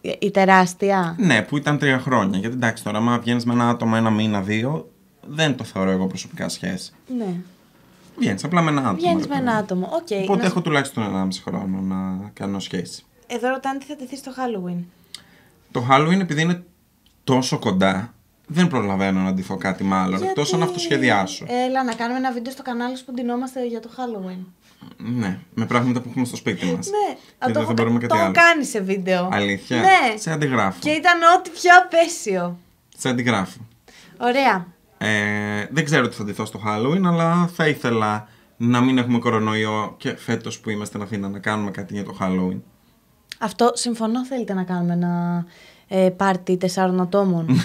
Ε, η τεράστια.
Ναι, που ήταν τρία χρόνια. Γιατί εντάξει, τώρα, άμα βγαίνεις με ένα άτομο ένα μήνα, δύο, δεν το θεωρώ εγώ προσωπικά σχέση.
ναι.
Βγαίνεις απλά με ένα άτομο.
Βγαίνεις
ρε
με
παιδί
ένα
μου.
άτομο. Οκ.
Οπότε
να-
έχω τουλάχιστον 1,5 χρόνο να κάνω σχέση.
Εδώ ρωτάνε τι θα τεθεί στο Halloween.
Το Halloween επειδή είναι τόσο κοντά, δεν προλαβαίνω να ντυθώ κάτι μάλλον. Εκτός αν
Γιατί? ε,
αυτοσχεδιάσω.
Έλα, να κάνουμε ένα βίντεο στο κανάλι σου που ντυνόμαστε για το Halloween.
Ναι, με πράγματα που έχουμε στο σπίτι μας.
Ναι, α,
δεν
το
θα
έχω,
μπορούμε κάτι
το έχω
άλλο.
κάνει σε βίντεο.
Αλήθεια.
Ναι.
Σε αντιγράφω.
Και ήταν ό,τι πιο απέσιο.
Σε αντιγράφω.
Ωραία.
Ε, δεν ξέρω τι θα ντυθώ στο Halloween, αλλά θα ήθελα να μην έχουμε κορονοϊό και φέτος που είμαστε στην Αθήνα να κάνουμε κάτι για το Halloween.
<laughs> Αυτό συμφωνώ θέλετε να κάνουμε ένα ε, πάρτι τεσσάρων
<laughs>
ατόμων.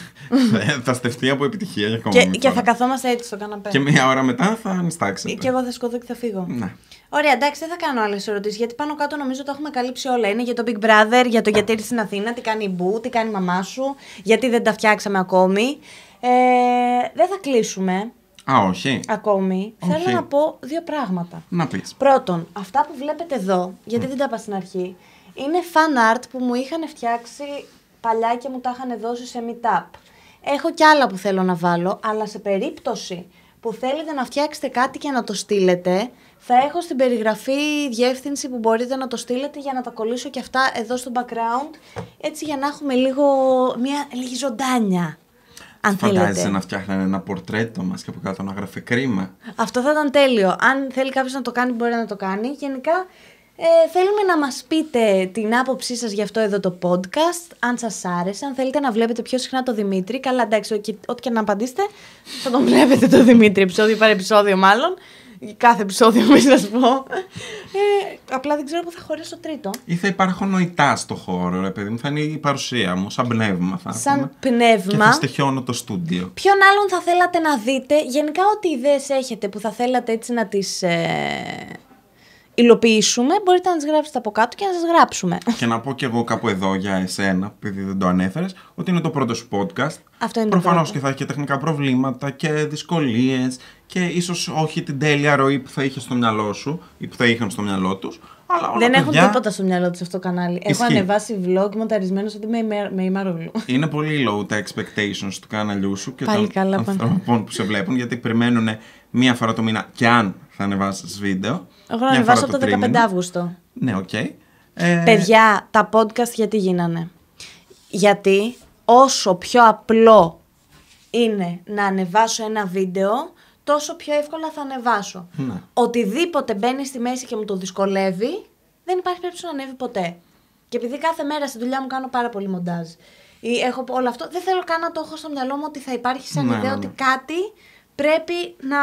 Ε, θα στεφτεί από επιτυχία για ακόμα
και,
μια
και θα
φορά.
καθόμαστε έτσι στο καναπέ.
Και μία ώρα μετά θα ανιστάξετε.
Και εγώ θα σκοτώ και θα φύγω.
Ναι.
Ωραία, εντάξει, δεν θα κάνω άλλες ερωτήσεις γιατί πάνω κάτω νομίζω τα έχουμε καλύψει όλα. Είναι για το Big Brother, για το γιατί ήρθε στην Αθήνα, τι κάνει η Μπού, τι κάνει η μαμά σου, γιατί δεν τα φτιάξαμε ακόμη. Ε, δεν θα κλείσουμε
Α, όχι.
ακόμη.
Όχι.
Θέλω να πω δύο πράγματα.
Να πεις.
Πρώτον, αυτά που βλέπετε εδώ,
Ναι.
γιατί δεν τα είπα στην αρχή, είναι fan art που μου είχαν φτιάξει παλιά και μου τα είχαν δώσει σε meetup. Έχω κι άλλα που θέλω να βάλω, αλλά σε περίπτωση που θέλετε να φτιάξετε κάτι και να το στείλετε, θα έχω στην περιγραφή διεύθυνση που μπορείτε να το στείλετε για να τα κολλήσω και αυτά εδώ στο background, έτσι για να έχουμε λίγο, μια λίγη ζωντάνια, αν
Φαντάζεσαι
θέλετε.
να φτιάχνανε ένα πορτρέτο μας και από κάτω να γράφει κρίμα.
Αυτό θα ήταν τέλειο. Αν θέλει κάποιος να το κάνει, μπορεί να το κάνει. Γενικά, ε, θέλουμε να μας πείτε την άποψή σας για αυτό εδώ το podcast, αν σας άρεσε, αν θέλετε να βλέπετε πιο συχνά το Δημήτρη. Καλά, εντάξει, ό,τι και- ό,τι και να απαντήσετε, θα τον βλέπετε το Δημήτρη, επεισόδιο παρ' επεισόδιο μάλλον. Κάθε επεισόδιο, μην σας πω. Ε, απλά δεν ξέρω που θα χωρίσω τρίτο.
Ή θα υπάρχω νοητά στο χώρο, ρε παιδί μου. Θα είναι η παρουσία μου, σαν πνεύμα θα
Σαν
έρχομαι. Και θα
πνεύμα.
στοιχιώνω το στούντιο.
Ποιον άλλον θα θέλατε να δείτε, γενικά ό,τι ιδέες έχετε που θα θέλατε έτσι να τις ε, υλοποιήσουμε, μπορείτε να τις γράψετε από κάτω και να σας γράψουμε.
Και να πω κι εγώ κάπου εδώ για εσένα, επειδή δεν το ανέφερες, ότι είναι το πρώτο σου podcast.
Αυτό είναι το
Προφανώς
πρώτο.
και θα έχει και τεχνικά προβλήματα και δυσκολίες και ίσως όχι την τέλεια ροή που θα είχε στο μυαλό σου ή που θα είχαν στο μυαλό τους. Αλλά όλα
Δεν έχουν
παιδιά,
τίποτα στο μυαλό τους αυτό το κανάλι. Έχω
Ισχύει.
ανεβάσει vlog μονταρισμένο ότι με, ημέρα- με ημαρούλου.
Είναι πολύ low τα expectations του καναλιού σου και
Πάλι
των
καλά πάνε.
ανθρώπων που σε βλέπουν γιατί περιμένουν μία φορά το μήνα και αν θα ανεβάσεις βίντεο.
Εγώ να
μια φορά
ανεβάσω από το 15
τρίμηνο.
Αύγουστο.
Ναι, οκ. Ε,
Παιδιά, τα podcast γιατί γίνανε. Γιατί όσο πιο απλό είναι να ανεβάσω ένα βίντεο, τόσο πιο εύκολα θα ανεβάσω.
Ναι.
Οτιδήποτε μπαίνει στη μέση και μου το δυσκολεύει, δεν υπάρχει περίπτωση να ανέβει ποτέ. Και επειδή κάθε μέρα στη δουλειά μου κάνω πάρα πολύ μοντάζ ή έχω όλο αυτό, δεν θέλω καν να το έχω στο μυαλό μου ότι θα υπάρχει σαν
Ναι, ναι,
ιδέα
ναι.
ότι κάτι πρέπει να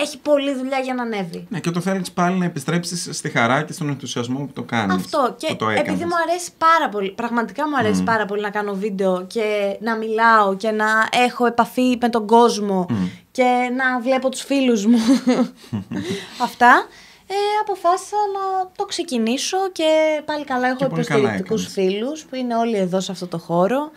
έχει πολλή δουλειά για να ανέβει.
Ναι, και το θέλεις πάλι να επιστρέψεις στη χαρά και στον ενθουσιασμό Mm. που το κάνεις.
Αυτό και
το
επειδή
έκανες. Mm.
μου αρέσει πάρα πολύ, πραγματικά μου αρέσει πάρα πολύ να κάνω βίντεο και να μιλάω και να έχω επαφή με τον κόσμο
Mm.
και να βλέπω τους φίλους
<laughs>
μου. Αυτά. Ε, αποφάσισα να το ξεκινήσω και πάλι καλά έχω
Και πολύ καλά
υποστηρικτικούς φίλους που είναι όλοι εδώ σε αυτό το χώρο.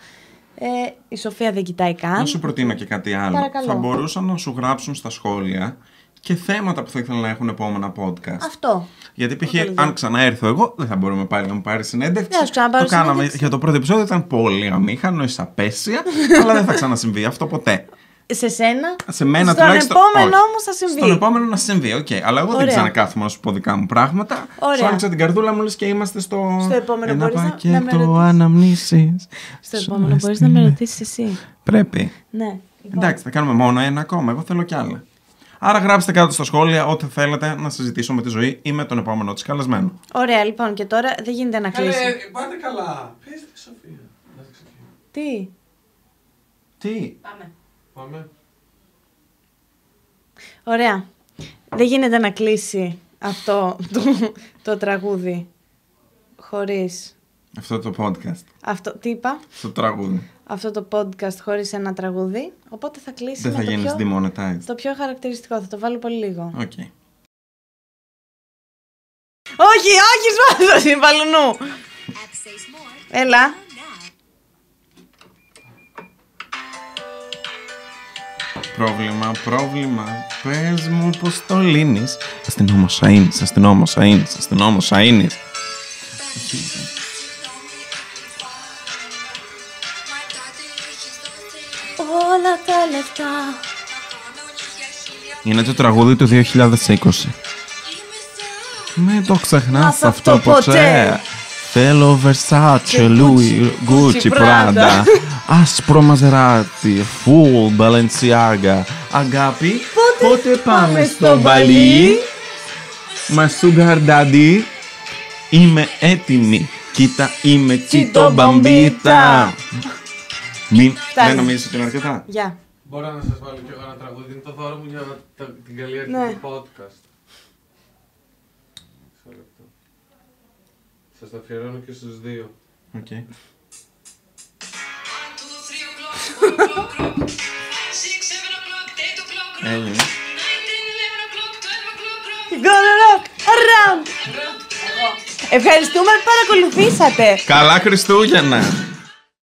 Ε, η Σοφία δεν κοιτάει καν.
Να σου προτείνω και κάτι άλλο.
Παρακαλώ.
Θα μπορούσαν να σου γράψουν στα σχόλια και θέματα που θα ήθελαν να έχουν επόμενα podcast.
Αυτό.
Γιατί π.χ.
Πολύ
αν ξαναέρθω εγώ, δεν θα μπορούμε πάλι να μου πάρει συνέντευξη.
Ναι, ας ξαναπάρω
το κάναμε
συνέντευξη. <laughs>
για το πρώτο επεισόδιο, ήταν πολύ αμήχανο, εις απέσια, αλλά δεν θα ξανασυμβεί αυτό ποτέ.
σε σένα.
Σε μένα
Στον
τουλάχιστον.
επόμενο
όχι.
όμω θα συμβεί.
Στον επόμενο να συμβεί, οκ. Αλλά εγώ δεν
Ωραία.
ξανακάθομαι να σου πω δικά μου πράγματα.
Ωραία.
Σου άνοιξα την καρδούλα μου λες και είμαστε στο.
Στο επόμενο
Ένα
μπορείς να- να με
πακέτο
ρωτήσεις.
αναμνήσεις.
Στο επόμενο μπορεί να με ρωτήσεις εσύ.
Πρέπει.
Ναι. λοιπόν.
Ναι. Εντάξει, θα κάνουμε μόνο ένα ακόμα. Εγώ θέλω κι άλλα. Άρα γράψτε κάτω στα σχόλια ό,τι θέλετε να συζητήσω με τη ζωή ή με τον επόμενο της καλεσμένο.
Ωραία, λοιπόν, και τώρα δεν γίνεται να κλείσει.
Καλέ, ε, πάτε καλά. Πες τη Σοφία. Να σε ξεκινήσω.
Τι.
Τι.
Πάμε.
Πάμε.
Ωραία. Δεν γίνεται να κλείσει αυτό το, το τραγούδι χωρίς
Αυτό το podcast.
αυτό, τι είπα,
Αυτό το τραγούδι.
αυτό το podcast χωρίς ένα τραγούδι, οπότε θα κλείσει
Δεν
με
θα
το,
γίνεις
πιο,
demonetized.
το πιο χαρακτηριστικό, θα το βάλω πολύ λίγο.
Οκ.
όχι, όχι, σπάθος, υπαλλουνού. Έλα.
Πρόβλημα, πρόβλημα. Πες μου πως το λύνεις. Αστυνόμος αΐνης, αστυνόμο αΐνης, αστυνόμο αΐνης.
Όλα τα λεφτά.
Είναι το τραγούδι του 2020. Μην το ξεχνάς
Ας
αυτό
αυτό
ποτέ.
ποτέ.
Θέλω Versace,
Και
Louis,
Gucci,
Gucci,
Prada. <laughs>
Prada, άσπρο μαζεράτι, full Balenciaga. Αγάπη, πότε πάμε στο μπαλί, μα sugar daddy. Είμαι έτοιμη, κοίτα είμαι τσίτο μπαμπίτα.
μπαμπίτα.
Μην,
Φτάνει.
δεν νομίζω ότι είναι αρκετά.
Γεια.
Μπορώ να σας βάλω κι εγώ ένα τραγούδι. Είναι το δώρο μου για το- την καλή αρχή
Ναι.
του podcast. Μισό λεπτό. Σας το αφιερώνω και στους δύο.
Οκ. Έγινε.
Gonna rock around. Ευχαριστούμε που παρακολουθήσατε.
Καλά Χριστούγεννα!